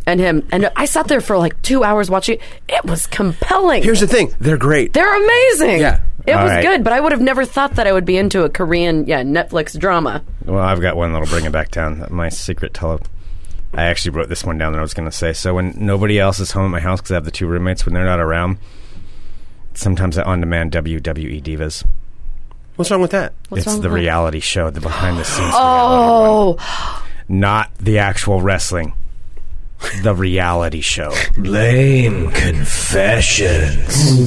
Speaker 2: and him, and I sat there for like two hours watching. It was compelling.
Speaker 3: Here's the thing. They're great.
Speaker 2: They're amazing.
Speaker 3: Yeah.
Speaker 2: It
Speaker 1: All
Speaker 2: was
Speaker 1: right.
Speaker 2: good, but I would have never thought that I would be into a Korean yeah Netflix drama.
Speaker 1: Well, I've got one that'll bring it back down. My secret tele. I actually wrote this one down that I was going to say. So when nobody else is home at my house because I have the two roommates, when they're not around, sometimes I on-demand WWE divas.
Speaker 3: What's wrong with that?
Speaker 1: it's
Speaker 2: wrong
Speaker 1: the
Speaker 2: with that?
Speaker 1: reality show, the behind-the-scenes, reality
Speaker 2: Oh,
Speaker 1: one. not the actual wrestling. The reality show.
Speaker 4: Lame confessions.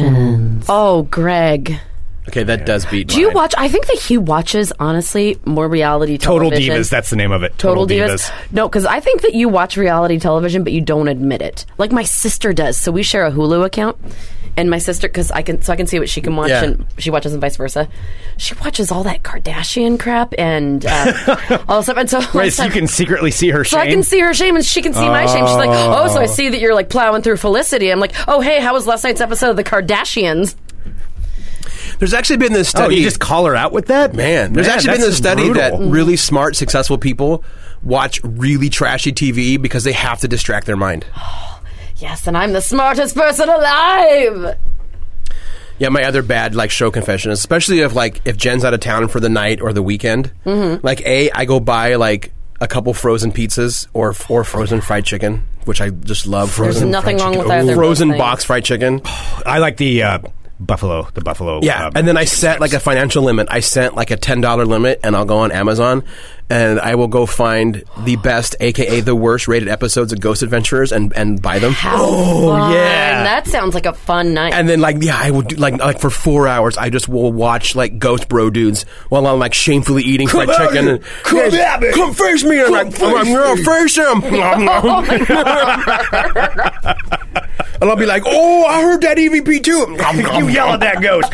Speaker 2: oh, Greg.
Speaker 3: Okay, that does beat.
Speaker 2: Do you watch? I think that he watches honestly more reality
Speaker 1: Total
Speaker 2: television.
Speaker 1: Divas. That's the name of it.
Speaker 2: Total divas. No, because I think that you watch reality television, but you don't admit it. Like my sister does. So we share a Hulu account, and my sister because I can so I can see what she can watch
Speaker 3: Yeah.
Speaker 2: and she watches and vice versa. She watches all that Kardashian crap and uh, all stuff. And so
Speaker 1: Right, so you can secretly see her
Speaker 2: So I
Speaker 1: shame?
Speaker 2: can see her shame and she can see my shame. She's like, oh, so I see that you're like plowing through Felicity. I'm like, oh, hey, how was last night's episode of The Kardashians?
Speaker 3: There's actually been this
Speaker 1: Oh,
Speaker 3: study.
Speaker 1: you just call her out with that?
Speaker 3: Man, there's actually been
Speaker 1: that's
Speaker 3: this study that
Speaker 2: Mm.
Speaker 1: brutal.
Speaker 3: really smart, successful people watch really trashy TV because they have to distract their mind.
Speaker 2: Yes, and I'm the smartest person alive.
Speaker 3: Yeah, my other bad like show confession, is especially if like if Jen's out of town for the night or the weekend,
Speaker 2: Mm-hmm.
Speaker 3: like a I go buy like a couple frozen pizzas or or frozen fried chicken, which I just love. Frozen
Speaker 2: nothing
Speaker 3: fried
Speaker 2: wrong
Speaker 3: chicken.
Speaker 2: with either of those
Speaker 3: Frozen
Speaker 2: things.
Speaker 3: box fried chicken.
Speaker 1: I like the uh, Buffalo, the Buffalo.
Speaker 3: Yeah,
Speaker 1: um,
Speaker 3: and then I set like a financial limit. I sent like a ten dollar limit, and I'll go on Amazon, and I will go find the best, aka the worst rated episodes of Ghost Adventurers, and and buy them.
Speaker 2: Oh
Speaker 1: yeah.
Speaker 2: that sounds like a fun night.
Speaker 3: And then like yeah, I would do, like like for four hours, I just will watch like Ghost Bro dudes while I'm like shamefully eating fried
Speaker 1: at
Speaker 3: chicken.
Speaker 1: me.
Speaker 3: And,
Speaker 1: Come
Speaker 3: Yeah,
Speaker 1: at me.
Speaker 3: come face me, and I'm like,
Speaker 1: Come
Speaker 3: I'm
Speaker 1: face
Speaker 3: gonna
Speaker 1: me.
Speaker 3: face him. and I'll be like, oh, I heard that EVP too.
Speaker 1: you yell at that ghost.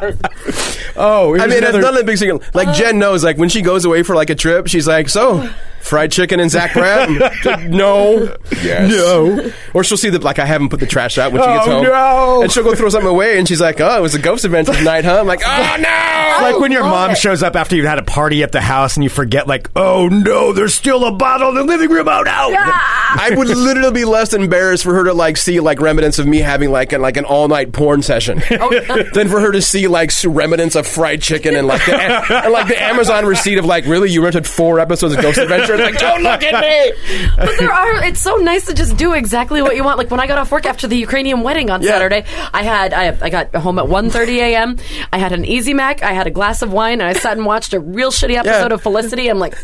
Speaker 1: oh,
Speaker 3: I
Speaker 1: here's
Speaker 3: mean, it's
Speaker 1: another- Uh.
Speaker 3: not a big single. Like Jen knows, like when she goes away for like a trip, she's like, "So, fried chicken and Zach Brown?" no, yes. no. Or she'll see the like I haven't put the trash out when she gets
Speaker 1: Oh,
Speaker 3: home,
Speaker 1: no.
Speaker 3: and she'll go throw something away, and she's like, "Oh, it was a ghost adventure tonight, huh?" I'm like, "Oh no!"
Speaker 1: like when your
Speaker 2: love
Speaker 1: mom
Speaker 2: it.
Speaker 1: shows up after you've had a party at the house and you forget, like, oh no, there's still a bottle in the living room. Oh no!
Speaker 3: I would literally be less embarrassed for her to like see like remnants of me having like an, like an all night porn session,
Speaker 1: Oh,
Speaker 3: than for her to see like s- remnants of fried chicken and like the, and, like the Amazon receipt of like really you rented four episodes of Ghost Adventure. It's like don't look at me.
Speaker 2: but there are. It's so nice to just do exactly what you want. Like when I got off work after the Ukrainian wedding on
Speaker 3: Yeah.
Speaker 2: Saturday, I had I, I got home at 1.30 a.m. I had an Easy Mac, I had a glass of wine, and I sat and watched a real shitty episode of Felicity. I'm like,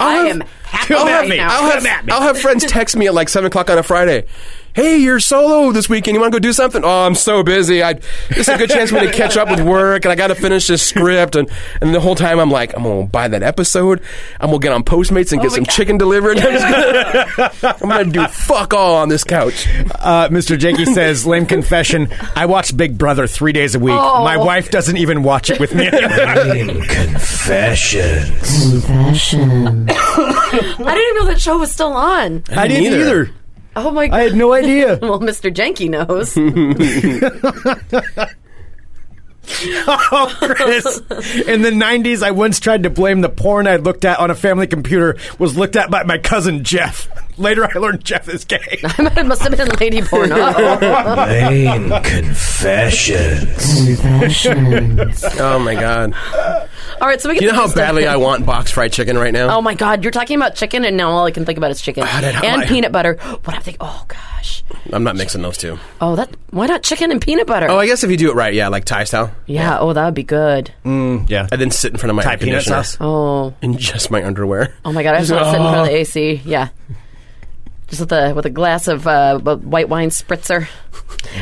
Speaker 3: I'll
Speaker 2: I
Speaker 3: have-
Speaker 2: am happy
Speaker 3: I'll
Speaker 2: right
Speaker 3: have,
Speaker 2: now.
Speaker 3: I'll have, I'll have friends text me at like seven o'clock on a Friday. Hey, you're solo this weekend. You want to go do something? Oh, I'm so busy. I this is a good chance for me to catch up with work, and I got to finish this script. And and the whole time I'm like, I'm gonna buy that episode. I'm gonna get on Postmates and get
Speaker 2: Oh my
Speaker 3: some
Speaker 2: God.
Speaker 3: chicken delivered. I'm, just gonna, I'm gonna do fuck all on this couch.
Speaker 1: Uh, Mr. Jakey says, lame confession. I watch Big Brother three days a week.
Speaker 2: Oh.
Speaker 1: My wife doesn't even watch it with me.
Speaker 4: Lame confessions.
Speaker 2: I didn't even know that show was still on.
Speaker 1: I didn't
Speaker 3: Neither.
Speaker 1: either.
Speaker 2: Oh my
Speaker 1: I
Speaker 2: god.
Speaker 1: had no idea.
Speaker 2: Well, Mr. Janky knows.
Speaker 1: Oh, Chris. In the 90s, I once tried to blame the porn I looked at on a family computer was looked at by my cousin Jeff. Later, I learned Jeff is gay.
Speaker 2: it must have been Lady Porno.
Speaker 4: Lame confessions.
Speaker 3: Oh my god!
Speaker 2: All right, so we can
Speaker 3: You know
Speaker 2: do
Speaker 3: how
Speaker 2: this stuff.
Speaker 3: badly I want box fried chicken right now.
Speaker 2: Oh my god, you're talking about chicken, and now all I can think about is chicken
Speaker 3: did I-
Speaker 2: and peanut butter. What I'm thinking? Oh gosh.
Speaker 3: I'm not mixing those two.
Speaker 2: Oh, that. Why not chicken and peanut butter?
Speaker 3: Oh, I guess if you do it right, yeah, like Thai style,
Speaker 2: yeah. Oh, that would be good.
Speaker 1: Yeah.
Speaker 3: and then sit in front of my
Speaker 1: Thai
Speaker 3: air
Speaker 1: peanut
Speaker 3: conditioner
Speaker 1: sauce.
Speaker 2: Oh.
Speaker 3: in just my underwear.
Speaker 2: Oh my god, I just want to sit in front of the AC. Yeah. Just with a with a glass of uh, a white wine spritzer.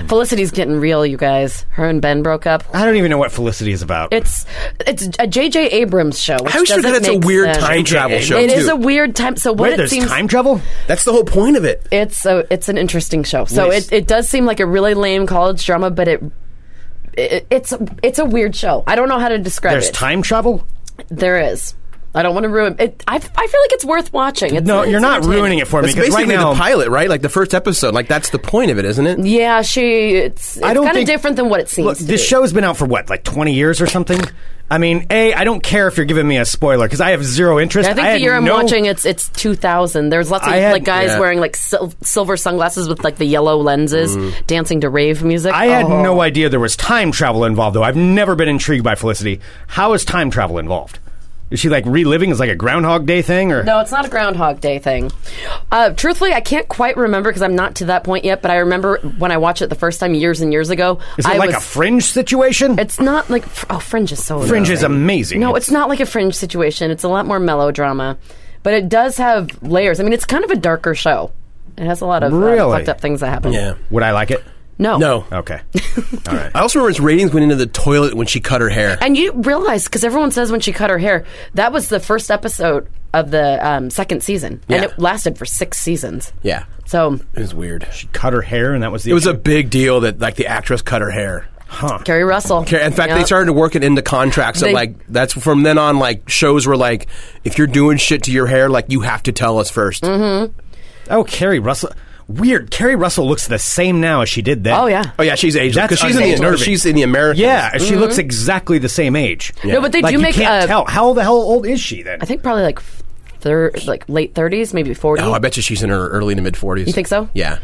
Speaker 2: Felicity's getting real, you guys. Her and Ben broke up.
Speaker 1: I don't even know what Felicity is about.
Speaker 2: It's it's a J.J. Abrams show. Which
Speaker 3: I always forget
Speaker 2: doesn't
Speaker 3: it's a
Speaker 2: make
Speaker 3: weird
Speaker 2: sense.
Speaker 3: time travel show.
Speaker 2: It
Speaker 3: too.
Speaker 2: is a weird time. So what
Speaker 1: Wait,
Speaker 2: it
Speaker 1: there's
Speaker 2: seems
Speaker 1: time travel?
Speaker 3: That's the whole point of it.
Speaker 2: it's a it's an interesting show. So
Speaker 3: Nice.
Speaker 2: it, it does seem like a really lame college drama, but it, it it's it's a weird show. I don't know how to describe
Speaker 1: There's
Speaker 2: it.
Speaker 1: time travel?
Speaker 2: there is. I don't want to ruin it. I, I feel like it's worth watching. It's,
Speaker 1: No,
Speaker 2: it's
Speaker 1: you're not
Speaker 2: entertaining.
Speaker 1: ruining it for me
Speaker 3: That's
Speaker 1: because right
Speaker 3: basically
Speaker 1: now
Speaker 3: the pilot, right? Like the first episode. Like that's the point of it, isn't it?
Speaker 2: Yeah, she. It's, it's
Speaker 1: I don't
Speaker 2: kind of
Speaker 1: think-
Speaker 2: different than what it seems.
Speaker 1: Look,
Speaker 2: to
Speaker 1: this
Speaker 2: be.
Speaker 1: show's been out for what, like 20 years or something? I mean, A, I don't care if you're giving me a spoiler because I have zero interest.
Speaker 2: I think
Speaker 1: had
Speaker 2: the year I'm
Speaker 1: no-
Speaker 2: watching it's it's 2000. There's lots of
Speaker 1: I had-
Speaker 2: like guys
Speaker 3: yeah.
Speaker 2: wearing like sil- silver sunglasses with like the yellow lenses, dancing to rave music.
Speaker 1: Mm. I had
Speaker 2: Oh.
Speaker 1: no idea there was time travel involved, though. I've never been intrigued by Felicity. How is time travel involved? Is she like reliving? Is like a Groundhog Day thing, or
Speaker 2: No, it's not a Groundhog Day thing. Uh, truthfully, I can't quite remember because I'm not to that point yet. But I remember when I watched it the first time years and years ago.
Speaker 1: is it
Speaker 2: I
Speaker 1: like
Speaker 2: was,
Speaker 1: a Fringe situation?
Speaker 2: It's not like fr- oh, Fringe is so
Speaker 1: Fringe is
Speaker 2: amazing.
Speaker 1: amazing.
Speaker 2: No, it's not like a Fringe situation. It's a lot more melodrama, but it does have layers. I mean, it's kind of a darker show. It has a lot of uh,
Speaker 1: Really?
Speaker 2: fucked up things that happen.
Speaker 3: Yeah.
Speaker 1: Would I like it?
Speaker 2: No.
Speaker 3: No.
Speaker 1: Okay.
Speaker 3: I also remember its ratings went into the toilet when she cut her hair.
Speaker 2: And you realize because everyone says when she cut her hair, that was the first episode of the um, second season, and
Speaker 3: Yeah.
Speaker 2: it lasted for six seasons.
Speaker 3: yeah.
Speaker 2: So
Speaker 3: It was weird.
Speaker 1: Cut her hair, and that was the.
Speaker 3: It was a big deal that like the actress cut her hair.
Speaker 2: Carrie Russell.
Speaker 3: Okay, In fact, they
Speaker 2: Yep.
Speaker 3: started to work it into contracts. That
Speaker 2: They-
Speaker 3: like that's from then on. Like shows were like, if you're doing shit to your hair, like you have to tell us 1st
Speaker 2: Mm-hmm.
Speaker 1: oh Carrie Russell. Weird. Carrie Russell looks the same now as she did then.
Speaker 2: Oh yeah.
Speaker 3: Oh yeah, she's ageless
Speaker 1: That's
Speaker 3: because she's in the
Speaker 1: unnerving.
Speaker 3: she's in the American.
Speaker 1: Yeah, she looks exactly the same age.
Speaker 2: Mm-hmm. No, but they
Speaker 1: Like,
Speaker 2: do
Speaker 1: you
Speaker 2: make.
Speaker 1: Can't
Speaker 2: uh,
Speaker 1: tell how the hell old is she then?
Speaker 2: I think probably like thir- like late thirties, maybe forty.
Speaker 3: Oh, I bet you she's in her early to mid forties. You
Speaker 2: think so?
Speaker 3: Yeah.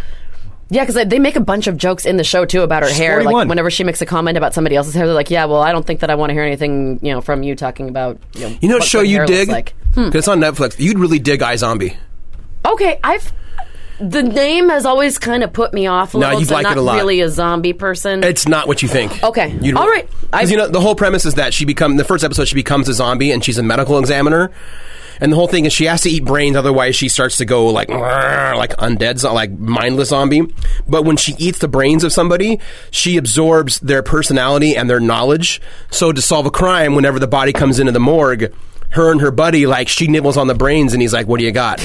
Speaker 2: Yeah, because they make a bunch of jokes in the show too about her hair.
Speaker 1: 41.
Speaker 2: Like whenever she makes a comment about somebody else's hair, they're like, "Yeah, well, I don't think that I want to hear anything, you know, from you talking about." You know,
Speaker 3: You Hmm. know what
Speaker 2: what
Speaker 3: show
Speaker 2: good hair
Speaker 3: you
Speaker 2: looks
Speaker 3: dig?
Speaker 2: Like.
Speaker 3: It's on Netflix. You'd really dig iZombie.
Speaker 2: Okay, I've the name has always kind of put me off a
Speaker 3: No,
Speaker 2: little.
Speaker 3: you'd
Speaker 2: 'cause I'm
Speaker 3: like it
Speaker 2: not
Speaker 3: a lot.
Speaker 2: really a zombie person.
Speaker 3: It's not what you think.
Speaker 2: Okay.
Speaker 3: You
Speaker 2: All right. I-
Speaker 3: Because you know the whole premise is that she become the first episode she becomes a zombie and she's a medical examiner, and the whole thing is she has to eat brains otherwise she starts to go like "Grrr," like undead zo- like mindless zombie. But when she eats the brains of somebody, she absorbs their personality and their knowledge. So to solve a crime, whenever the body comes into the morgue. Her and her buddy, like she nibbles on the brains, and he's like, "What do you got?"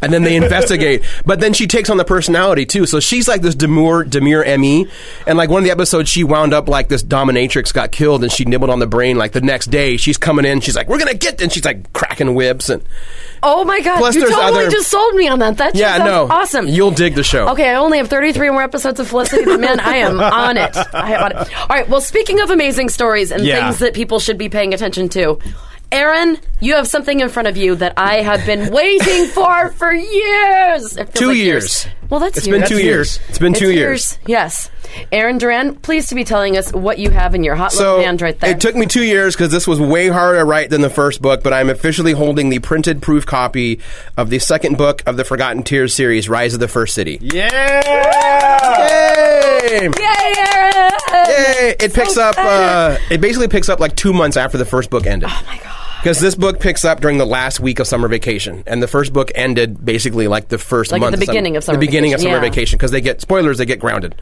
Speaker 3: And then they investigate. But then she takes on the personality too. So she's like this demure, demure me, and like one of the episodes, she wound up like this dominatrix got killed, and she nibbled on the brain. Like the next day, she's coming in, she's like, "We're gonna get," and she's like cracking whips, and
Speaker 2: oh my god!
Speaker 3: Plus
Speaker 2: you
Speaker 3: there's
Speaker 2: totally
Speaker 3: other-
Speaker 2: just sold me on that. That just
Speaker 3: yeah,
Speaker 2: sounds
Speaker 3: no,
Speaker 2: awesome.
Speaker 3: You'll dig the show.
Speaker 2: Okay, I only have 33 more episodes of Felicity, but man, I am on it. I am on it. All right, well, speaking of amazing stories and
Speaker 1: Yeah.
Speaker 2: things that people should be paying attention to, Aaron, you have something in front of you that I have been waiting for for years. It feels
Speaker 3: Two
Speaker 2: like
Speaker 3: years.
Speaker 2: Well, that's
Speaker 3: It's
Speaker 2: years.
Speaker 3: been two years. It's been
Speaker 2: It's
Speaker 3: two years.
Speaker 2: Yes. Aaron Duran, pleased to be telling us what you have in your hot
Speaker 3: So
Speaker 2: little hand right there.
Speaker 3: it took me two years because this was way harder to write than the first book, but I'm officially holding the printed proof copy of the second book of the Forgotten Tears series, Rise of the First City.
Speaker 1: Yeah.
Speaker 3: Yay!
Speaker 2: Yay, Aaron!
Speaker 3: Yay! It picks up. Uh, it basically picks up like two months after the first book ended. Oh my god! Because this book picks up during the last week of summer vacation, and the first book ended basically like the first
Speaker 2: Like at
Speaker 3: month
Speaker 2: the beginning of summer
Speaker 3: the beginning
Speaker 2: vacation,
Speaker 3: of summer
Speaker 2: yeah.
Speaker 3: vacation because they get spoilers. They get grounded.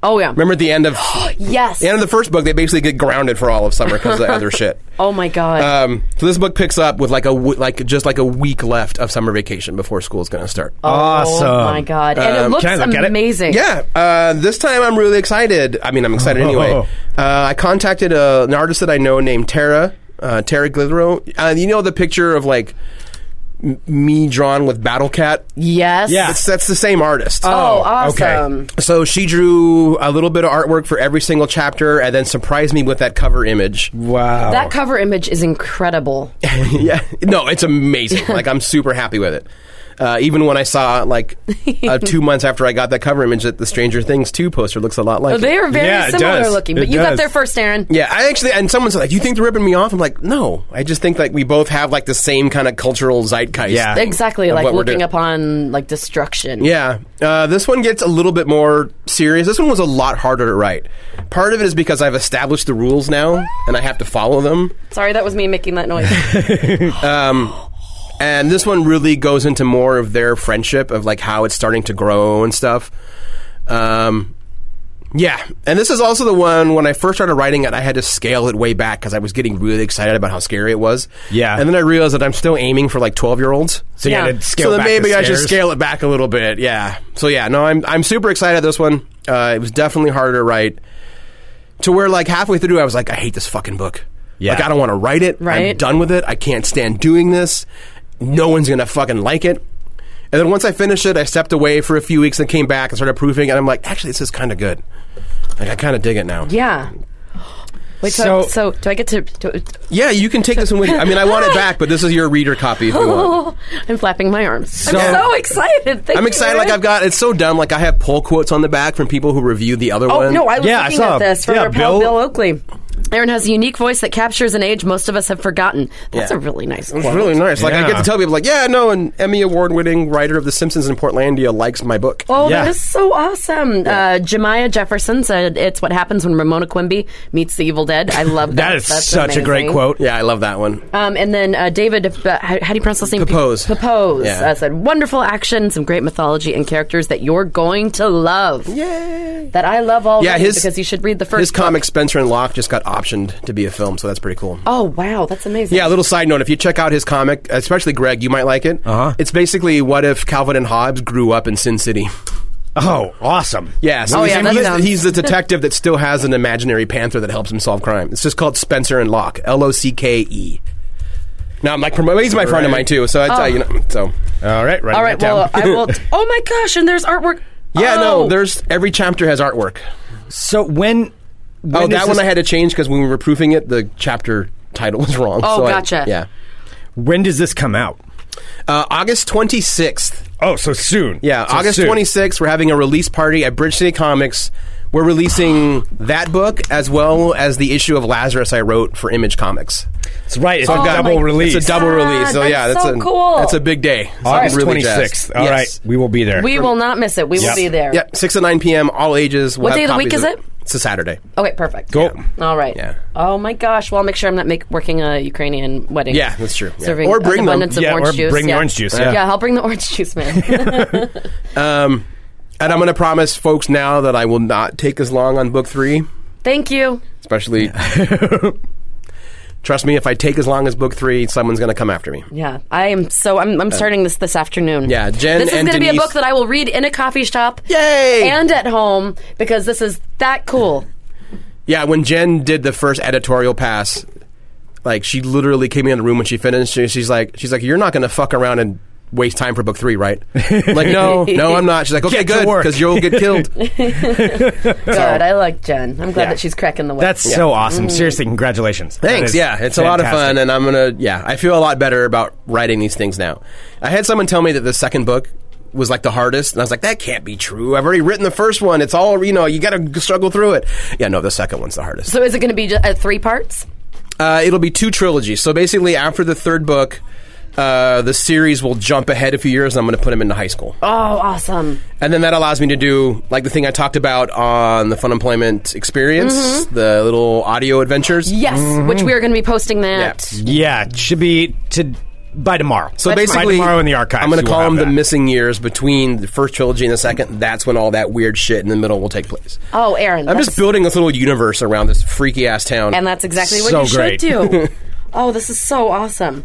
Speaker 2: Oh, yeah.
Speaker 3: Remember at the end of
Speaker 2: Yes.
Speaker 3: the end of the first book, they basically get grounded for all of summer because of other shit.
Speaker 2: oh, my God.
Speaker 3: Um, so this book picks up with like a w- like just like a week left of summer vacation before school's going to start.
Speaker 1: Awesome.
Speaker 2: Oh, my God. And it
Speaker 3: Um,
Speaker 2: looks
Speaker 1: can I look at it?
Speaker 2: amazing.
Speaker 3: Yeah, uh, this time I'm really excited. I mean, I'm excited anyway. Uh, I contacted uh an artist that I know named Tara, uh, Tara Glidero. Uh, you know the picture of like m- me drawn with Battle Cat.
Speaker 2: Yes.
Speaker 1: Yeah.
Speaker 3: That's, that's the same artist.
Speaker 2: Oh,
Speaker 1: okay.
Speaker 2: awesome.
Speaker 3: So she drew a little bit of artwork for every single chapter, and then surprised me with that cover image.
Speaker 1: Wow.
Speaker 2: That cover image is incredible.
Speaker 3: yeah, no, it's amazing. like I'm super happy with it. Uh, even when I saw like uh, two months after I got that cover image that the Stranger Things two poster looks a lot like. it.
Speaker 2: Oh, They are very
Speaker 1: Yeah, it
Speaker 2: similar
Speaker 1: does.
Speaker 2: looking,
Speaker 1: It
Speaker 2: but you got
Speaker 1: does.
Speaker 2: there first, Aaron.
Speaker 3: Yeah, I actually, and someone's like, "You think they're ripping me off?" I'm like, "No, I just think like we both have like the same kind of cultural zeitgeist."
Speaker 1: Yeah.
Speaker 2: Exactly,
Speaker 3: Of
Speaker 2: like
Speaker 3: what we're
Speaker 2: looking
Speaker 3: doing.
Speaker 2: upon like destruction.
Speaker 3: Yeah, uh, this one gets a little bit more serious. This one was a lot harder to write. Part of it is because I've established the rules now, and I have to follow them.
Speaker 2: Sorry, that was me making that noise.
Speaker 3: And this one really goes into more of their friendship of like how it's starting to grow and stuff. Um, yeah, and this is also the one when I first started writing it, I had to scale it way back because I was getting really excited about how scary it was.
Speaker 1: Yeah.
Speaker 3: and then I realized that I'm still aiming for like 12 year olds.
Speaker 1: so you
Speaker 2: Yeah.
Speaker 1: had to scale
Speaker 3: so then
Speaker 1: back
Speaker 3: maybe
Speaker 1: the
Speaker 3: I should
Speaker 1: stairs.
Speaker 3: scale it back a little bit. Yeah. So yeah, no, I'm I'm super excited. This one, uh, it was definitely harder to write. To where like halfway through, I was like, I hate this fucking book.
Speaker 1: Yeah.
Speaker 3: Like I don't want to write it. I'm
Speaker 2: Right.
Speaker 3: done with it. I can't stand doing this. No one's gonna fucking like it. And then once I finished it, I stepped away for a few weeks and came back and started proofing. And I'm like, actually, this is kind of good. Like I kind of dig it now.
Speaker 2: yeah. Wait, so,
Speaker 1: So-
Speaker 2: so do I get to? to
Speaker 3: Yeah, you can take this one with you. I mean, I want it back, but this is your reader copy if you want.
Speaker 2: I'm flapping my arms.
Speaker 1: So-
Speaker 2: I'm so excited. Thank
Speaker 3: I'm
Speaker 2: you,
Speaker 3: excited. Like
Speaker 2: Aaron.
Speaker 3: I've got it's so dumb. Like I have pull quotes on the back from people who reviewed the other one.
Speaker 2: Oh no, I was
Speaker 1: Yeah, I
Speaker 2: looking
Speaker 1: saw-
Speaker 2: at this from
Speaker 1: yeah,
Speaker 2: our pal
Speaker 1: Bill-
Speaker 2: Bill Oakley. Aaron has a unique voice that captures an age most of us have forgotten. That's
Speaker 3: Yeah.
Speaker 2: a really nice.
Speaker 3: It was
Speaker 2: quote.
Speaker 3: really nice. Like I get
Speaker 1: Yeah.
Speaker 3: to tell people, like, yeah, no, an Emmy award-winning writer of The Simpsons in Portlandia likes my book.
Speaker 2: Oh, that
Speaker 1: Yeah.
Speaker 2: is so awesome. Uh, Jemiah Jefferson said, It's what happens when Ramona Quimby meets the Evil Dead. I love that.
Speaker 1: That is
Speaker 2: That's
Speaker 1: such a great
Speaker 2: amazing.
Speaker 1: quote.
Speaker 3: Yeah, I love that one.
Speaker 2: Um, and then uh, David, uh, how, how do you pronounce his name?
Speaker 3: Papose.
Speaker 2: Papose.
Speaker 3: Yeah.
Speaker 2: Uh, said, Wonderful action, some great mythology and characters that you're going to love.
Speaker 3: Yay!
Speaker 2: That I love already
Speaker 3: Yeah, his-
Speaker 2: because you should read the first
Speaker 3: His
Speaker 2: book.
Speaker 3: comic Spencer and Locke just got optioned to be a film, so that's pretty cool.
Speaker 2: Oh, wow. That's amazing.
Speaker 3: Yeah, a little side note: if you check out his comic, especially Greg, you might like it.
Speaker 1: Uh-huh.
Speaker 3: It's basically what if Calvin and Hobbes grew up in Sin City.
Speaker 1: Oh, awesome.
Speaker 3: Yeah, so
Speaker 2: Oh,
Speaker 3: he's,
Speaker 2: yeah, that
Speaker 3: he's-
Speaker 2: sounds-
Speaker 3: he's the detective that still has an imaginary panther that helps him solve crime. It's just called Spencer and Locke, L O C K E. Now I'm like, promo- he's my friend of mine too, so
Speaker 2: Oh.
Speaker 3: I, I- you know, so
Speaker 1: All right. Right.
Speaker 2: All right. Well, I will. T- oh, my gosh. And there's artwork.
Speaker 3: yeah,
Speaker 2: Oh.
Speaker 3: no, there's every chapter has artwork.
Speaker 1: so when.
Speaker 3: oh,
Speaker 1: when is
Speaker 3: that one
Speaker 1: this-
Speaker 3: I had to change because when we were proofing it, the chapter title was wrong.
Speaker 2: Oh,
Speaker 3: so I-
Speaker 2: gotcha.
Speaker 3: yeah,
Speaker 1: When does this come out?
Speaker 3: uh, August 26th.
Speaker 1: Oh, so soon.
Speaker 3: Yeah,
Speaker 1: So
Speaker 3: August
Speaker 1: soon.
Speaker 3: 26th. We're having a release party at Bridge City Comics. We're releasing that book as well as the issue of Lazarus I wrote for Image Comics.
Speaker 1: It's right. It's
Speaker 3: I've
Speaker 1: a
Speaker 3: got-
Speaker 1: double release.
Speaker 3: It's a double
Speaker 2: God,
Speaker 3: release. So
Speaker 2: Ah, that's
Speaker 3: yeah, that's
Speaker 2: so
Speaker 3: a,
Speaker 2: cool.
Speaker 3: That's a big day. So I'm
Speaker 1: August
Speaker 3: really
Speaker 1: twenty
Speaker 3: jazzed.
Speaker 1: sixth. All right,
Speaker 3: Yes.
Speaker 1: we will be there.
Speaker 2: We will not miss it. We
Speaker 1: Yep.
Speaker 2: will be there.
Speaker 3: Yep, six to nine p.m. All ages. We'll
Speaker 2: What
Speaker 3: have
Speaker 2: day of the week
Speaker 3: copies
Speaker 2: is it?
Speaker 3: It's a Saturday.
Speaker 2: Okay, perfect.
Speaker 1: go.
Speaker 2: All right.
Speaker 3: Yeah.
Speaker 2: Oh my gosh. Well, I'll make sure I'm not make, working a Ukrainian wedding.
Speaker 3: Yeah, that's true. Yeah.
Speaker 2: Serving
Speaker 3: Or
Speaker 2: an
Speaker 3: bring them.
Speaker 2: abundance of
Speaker 1: Yeah,
Speaker 2: orange
Speaker 1: or
Speaker 2: juice.
Speaker 1: bring the orange juice, yeah.
Speaker 2: yeah, I'll bring the orange juice, man.
Speaker 3: Um, and I'm going to promise folks now that I will not take as long on book three,
Speaker 2: Thank you.
Speaker 3: especially. Trust me, if I take as long as book three, someone's going to come after me.
Speaker 2: Yeah, I am so. I'm, I'm starting this this afternoon.
Speaker 3: Uh, Yeah, Jen
Speaker 2: This is
Speaker 3: and
Speaker 2: gonna be a
Speaker 3: Denise-
Speaker 2: book that I will read in a coffee shop.
Speaker 3: Yay!
Speaker 2: And at home because this is that cool.
Speaker 3: Yeah, when Jen did the first editorial pass, like she literally came in the room when she finished. She, she's like, she's like, you're not going to fuck around and waste time for book three, right? I'm like, no, no, I'm not. She's like, okay,
Speaker 1: Get to
Speaker 3: good,
Speaker 1: work."
Speaker 3: because you'll get killed.
Speaker 2: Good. I like Jen. I'm glad
Speaker 3: Yeah.
Speaker 2: that she's cracking the whip.
Speaker 1: That's so awesome. Seriously, congratulations. That
Speaker 3: Thanks.
Speaker 1: is
Speaker 3: Yeah, it's a lot of
Speaker 1: fantastic.
Speaker 3: fun, and I'm gonna. Yeah, I feel a lot better about writing these things now. I had someone tell me that the second book was like the hardest, and I was like, that can't be true. I've already written the first one. It's all you know. You got to struggle through it. Yeah, no, the second one's the hardest.
Speaker 2: so is it going to be just, uh, three parts?
Speaker 3: Uh, it'll be two trilogies. So basically, after the third book. Uh, the series will jump ahead a few years, and I'm going to put them into high school,
Speaker 2: Oh, awesome.
Speaker 3: and then that allows me to do like the thing I talked about on the Fun Employment Experience,
Speaker 1: Mm-hmm.
Speaker 3: the little audio adventures.
Speaker 2: Yes,
Speaker 3: Mm-hmm.
Speaker 2: which we are going to be posting that.
Speaker 1: Yeah, it should be to by tomorrow.
Speaker 3: So basically,
Speaker 1: by tomorrow in the archives.
Speaker 3: I'm going to
Speaker 1: you
Speaker 3: call
Speaker 1: will
Speaker 3: them
Speaker 1: have
Speaker 3: the
Speaker 1: that.
Speaker 3: missing years between the first trilogy and the second. That's when all that weird shit in the middle will take place.
Speaker 2: Oh, Aaron.
Speaker 3: I'm
Speaker 2: that's-
Speaker 3: just building this little universe around this freaky ass town.
Speaker 2: And that's exactly what
Speaker 1: So
Speaker 2: you
Speaker 1: great.
Speaker 2: should do. oh, this is so awesome.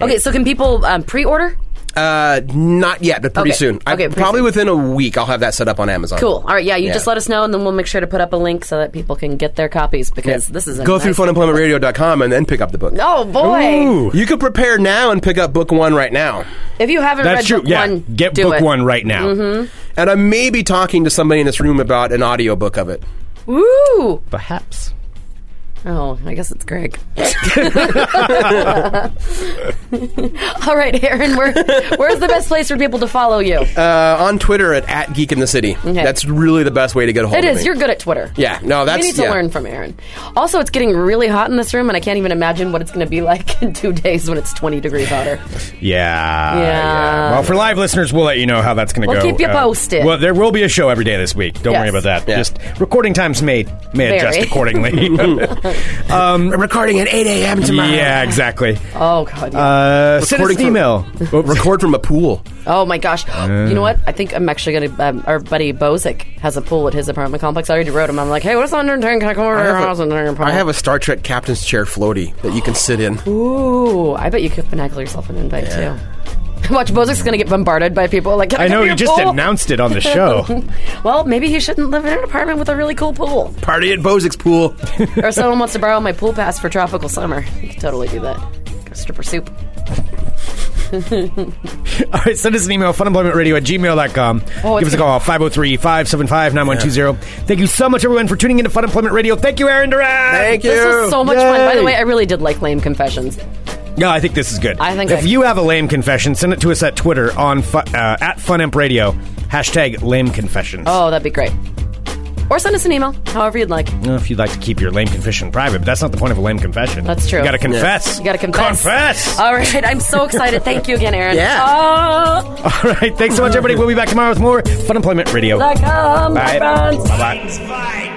Speaker 2: Okay, so can people um, pre-order?
Speaker 3: uh, not yet, but pretty
Speaker 2: Okay.
Speaker 3: soon. I-
Speaker 2: Okay, pretty
Speaker 3: probably
Speaker 2: soon.
Speaker 3: within a week, I'll have that set up on Amazon.
Speaker 2: Cool. All right, yeah, you
Speaker 3: Yeah.
Speaker 2: just let us know, and then we'll make sure to put up a link so that people can get their copies because this is a
Speaker 3: Go
Speaker 2: nice-
Speaker 3: through funemploymentradio.com and then pick up the book.
Speaker 2: Oh boy!
Speaker 1: Ooh,
Speaker 3: You could prepare now and pick up book one right now.
Speaker 2: If you haven't
Speaker 1: that's
Speaker 2: read
Speaker 1: true.
Speaker 2: book
Speaker 1: yeah,
Speaker 2: one,
Speaker 1: get
Speaker 2: do
Speaker 1: book
Speaker 2: it. Mm-hmm.
Speaker 1: one right now.
Speaker 3: And I may be talking to somebody in this room about an audiobook of it.
Speaker 2: Woo!
Speaker 1: Perhaps.
Speaker 2: Oh, I guess it's Greg. All right, Aaron, where, where's the best place for people to follow you?
Speaker 3: Uh, on Twitter at, at Geek in the City. That's really the best way to get a hold
Speaker 2: it
Speaker 3: of
Speaker 2: is.
Speaker 3: me.
Speaker 2: You're good at Twitter.
Speaker 3: Yeah, no, that's
Speaker 2: We need to
Speaker 3: yeah.
Speaker 2: learn from Aaron. Also, it's getting really hot in this room, and I can't even imagine what it's going to be like in two days when it's 20 degrees hotter.
Speaker 1: Uh, Yeah,
Speaker 2: Yeah.
Speaker 1: Well, for live listeners, we'll let you know how that's going to
Speaker 2: We'll
Speaker 1: go. Uh,
Speaker 2: keep you posted.
Speaker 1: Well, there will be a show every day this week. Don't
Speaker 2: Yes.
Speaker 1: worry about that.
Speaker 3: Yeah.
Speaker 1: Just recording times may may adjust
Speaker 2: Vary.
Speaker 1: accordingly.
Speaker 3: We're recording at 8 a.m. tomorrow.
Speaker 1: Um, yeah, exactly.
Speaker 2: Oh, God. yeah.
Speaker 1: Uh, send us
Speaker 3: Recording
Speaker 1: an
Speaker 3: for-
Speaker 1: email. Oh,
Speaker 3: Record from a pool.
Speaker 2: oh, my gosh. you know what? I think I'm actually going to. Um, our buddy Bozick has a pool at his apartment complex. I already wrote him. I'm like, hey, what's 110? Can I come over to your house and turn your
Speaker 3: I
Speaker 2: apartment?
Speaker 3: have a Star Trek captain's chair floaty that you can sit in.
Speaker 2: Ooh, I bet you could finagle yourself an invite too. Watch, Bozik's gonna get bombarded by people like. Can I,
Speaker 1: I know
Speaker 2: come to
Speaker 1: you
Speaker 2: your
Speaker 1: just
Speaker 2: pool?
Speaker 1: announced it on the show.
Speaker 2: Well, maybe he shouldn't live in an apartment with a really cool pool.
Speaker 3: Party at Bozik's pool.
Speaker 2: or someone wants to borrow my pool pass for tropical summer. You could totally do that. Go stripper soup.
Speaker 1: All right, send us an email, funemploymentradio at gmail.com.
Speaker 2: Oh,
Speaker 1: Give
Speaker 2: it's
Speaker 1: us a call, 503 575 9120. Thank you so much, everyone, for tuning into Fun Employment Radio. Thank you, Aaron Duran.
Speaker 3: Thank you.
Speaker 2: This was so much fun. By the
Speaker 1: Yay.
Speaker 2: way, I really did like lame confessions.
Speaker 1: No, I think this is good.
Speaker 2: I think
Speaker 1: if
Speaker 2: I-
Speaker 1: you have a lame confession, send it to us at Twitter on fu- uh, at Funemp Radio hashtag lame confessions.
Speaker 2: Oh, that'd be great. Or send us an email, however you'd like.
Speaker 1: Well, if you'd like to keep your lame confession private, but that's not the point of a lame confession.
Speaker 2: That's true.
Speaker 1: You gotta confess.
Speaker 2: You gotta confess. Uh,
Speaker 1: Confess.
Speaker 2: All right, I'm so excited. Thank you again, Aaron.
Speaker 3: Yeah.
Speaker 2: Oh,
Speaker 1: All right, thanks so much, everybody. We'll be back tomorrow with more Fun Employment Radio.
Speaker 2: like, um,
Speaker 1: Bye.
Speaker 2: friends.
Speaker 1: Bye bye.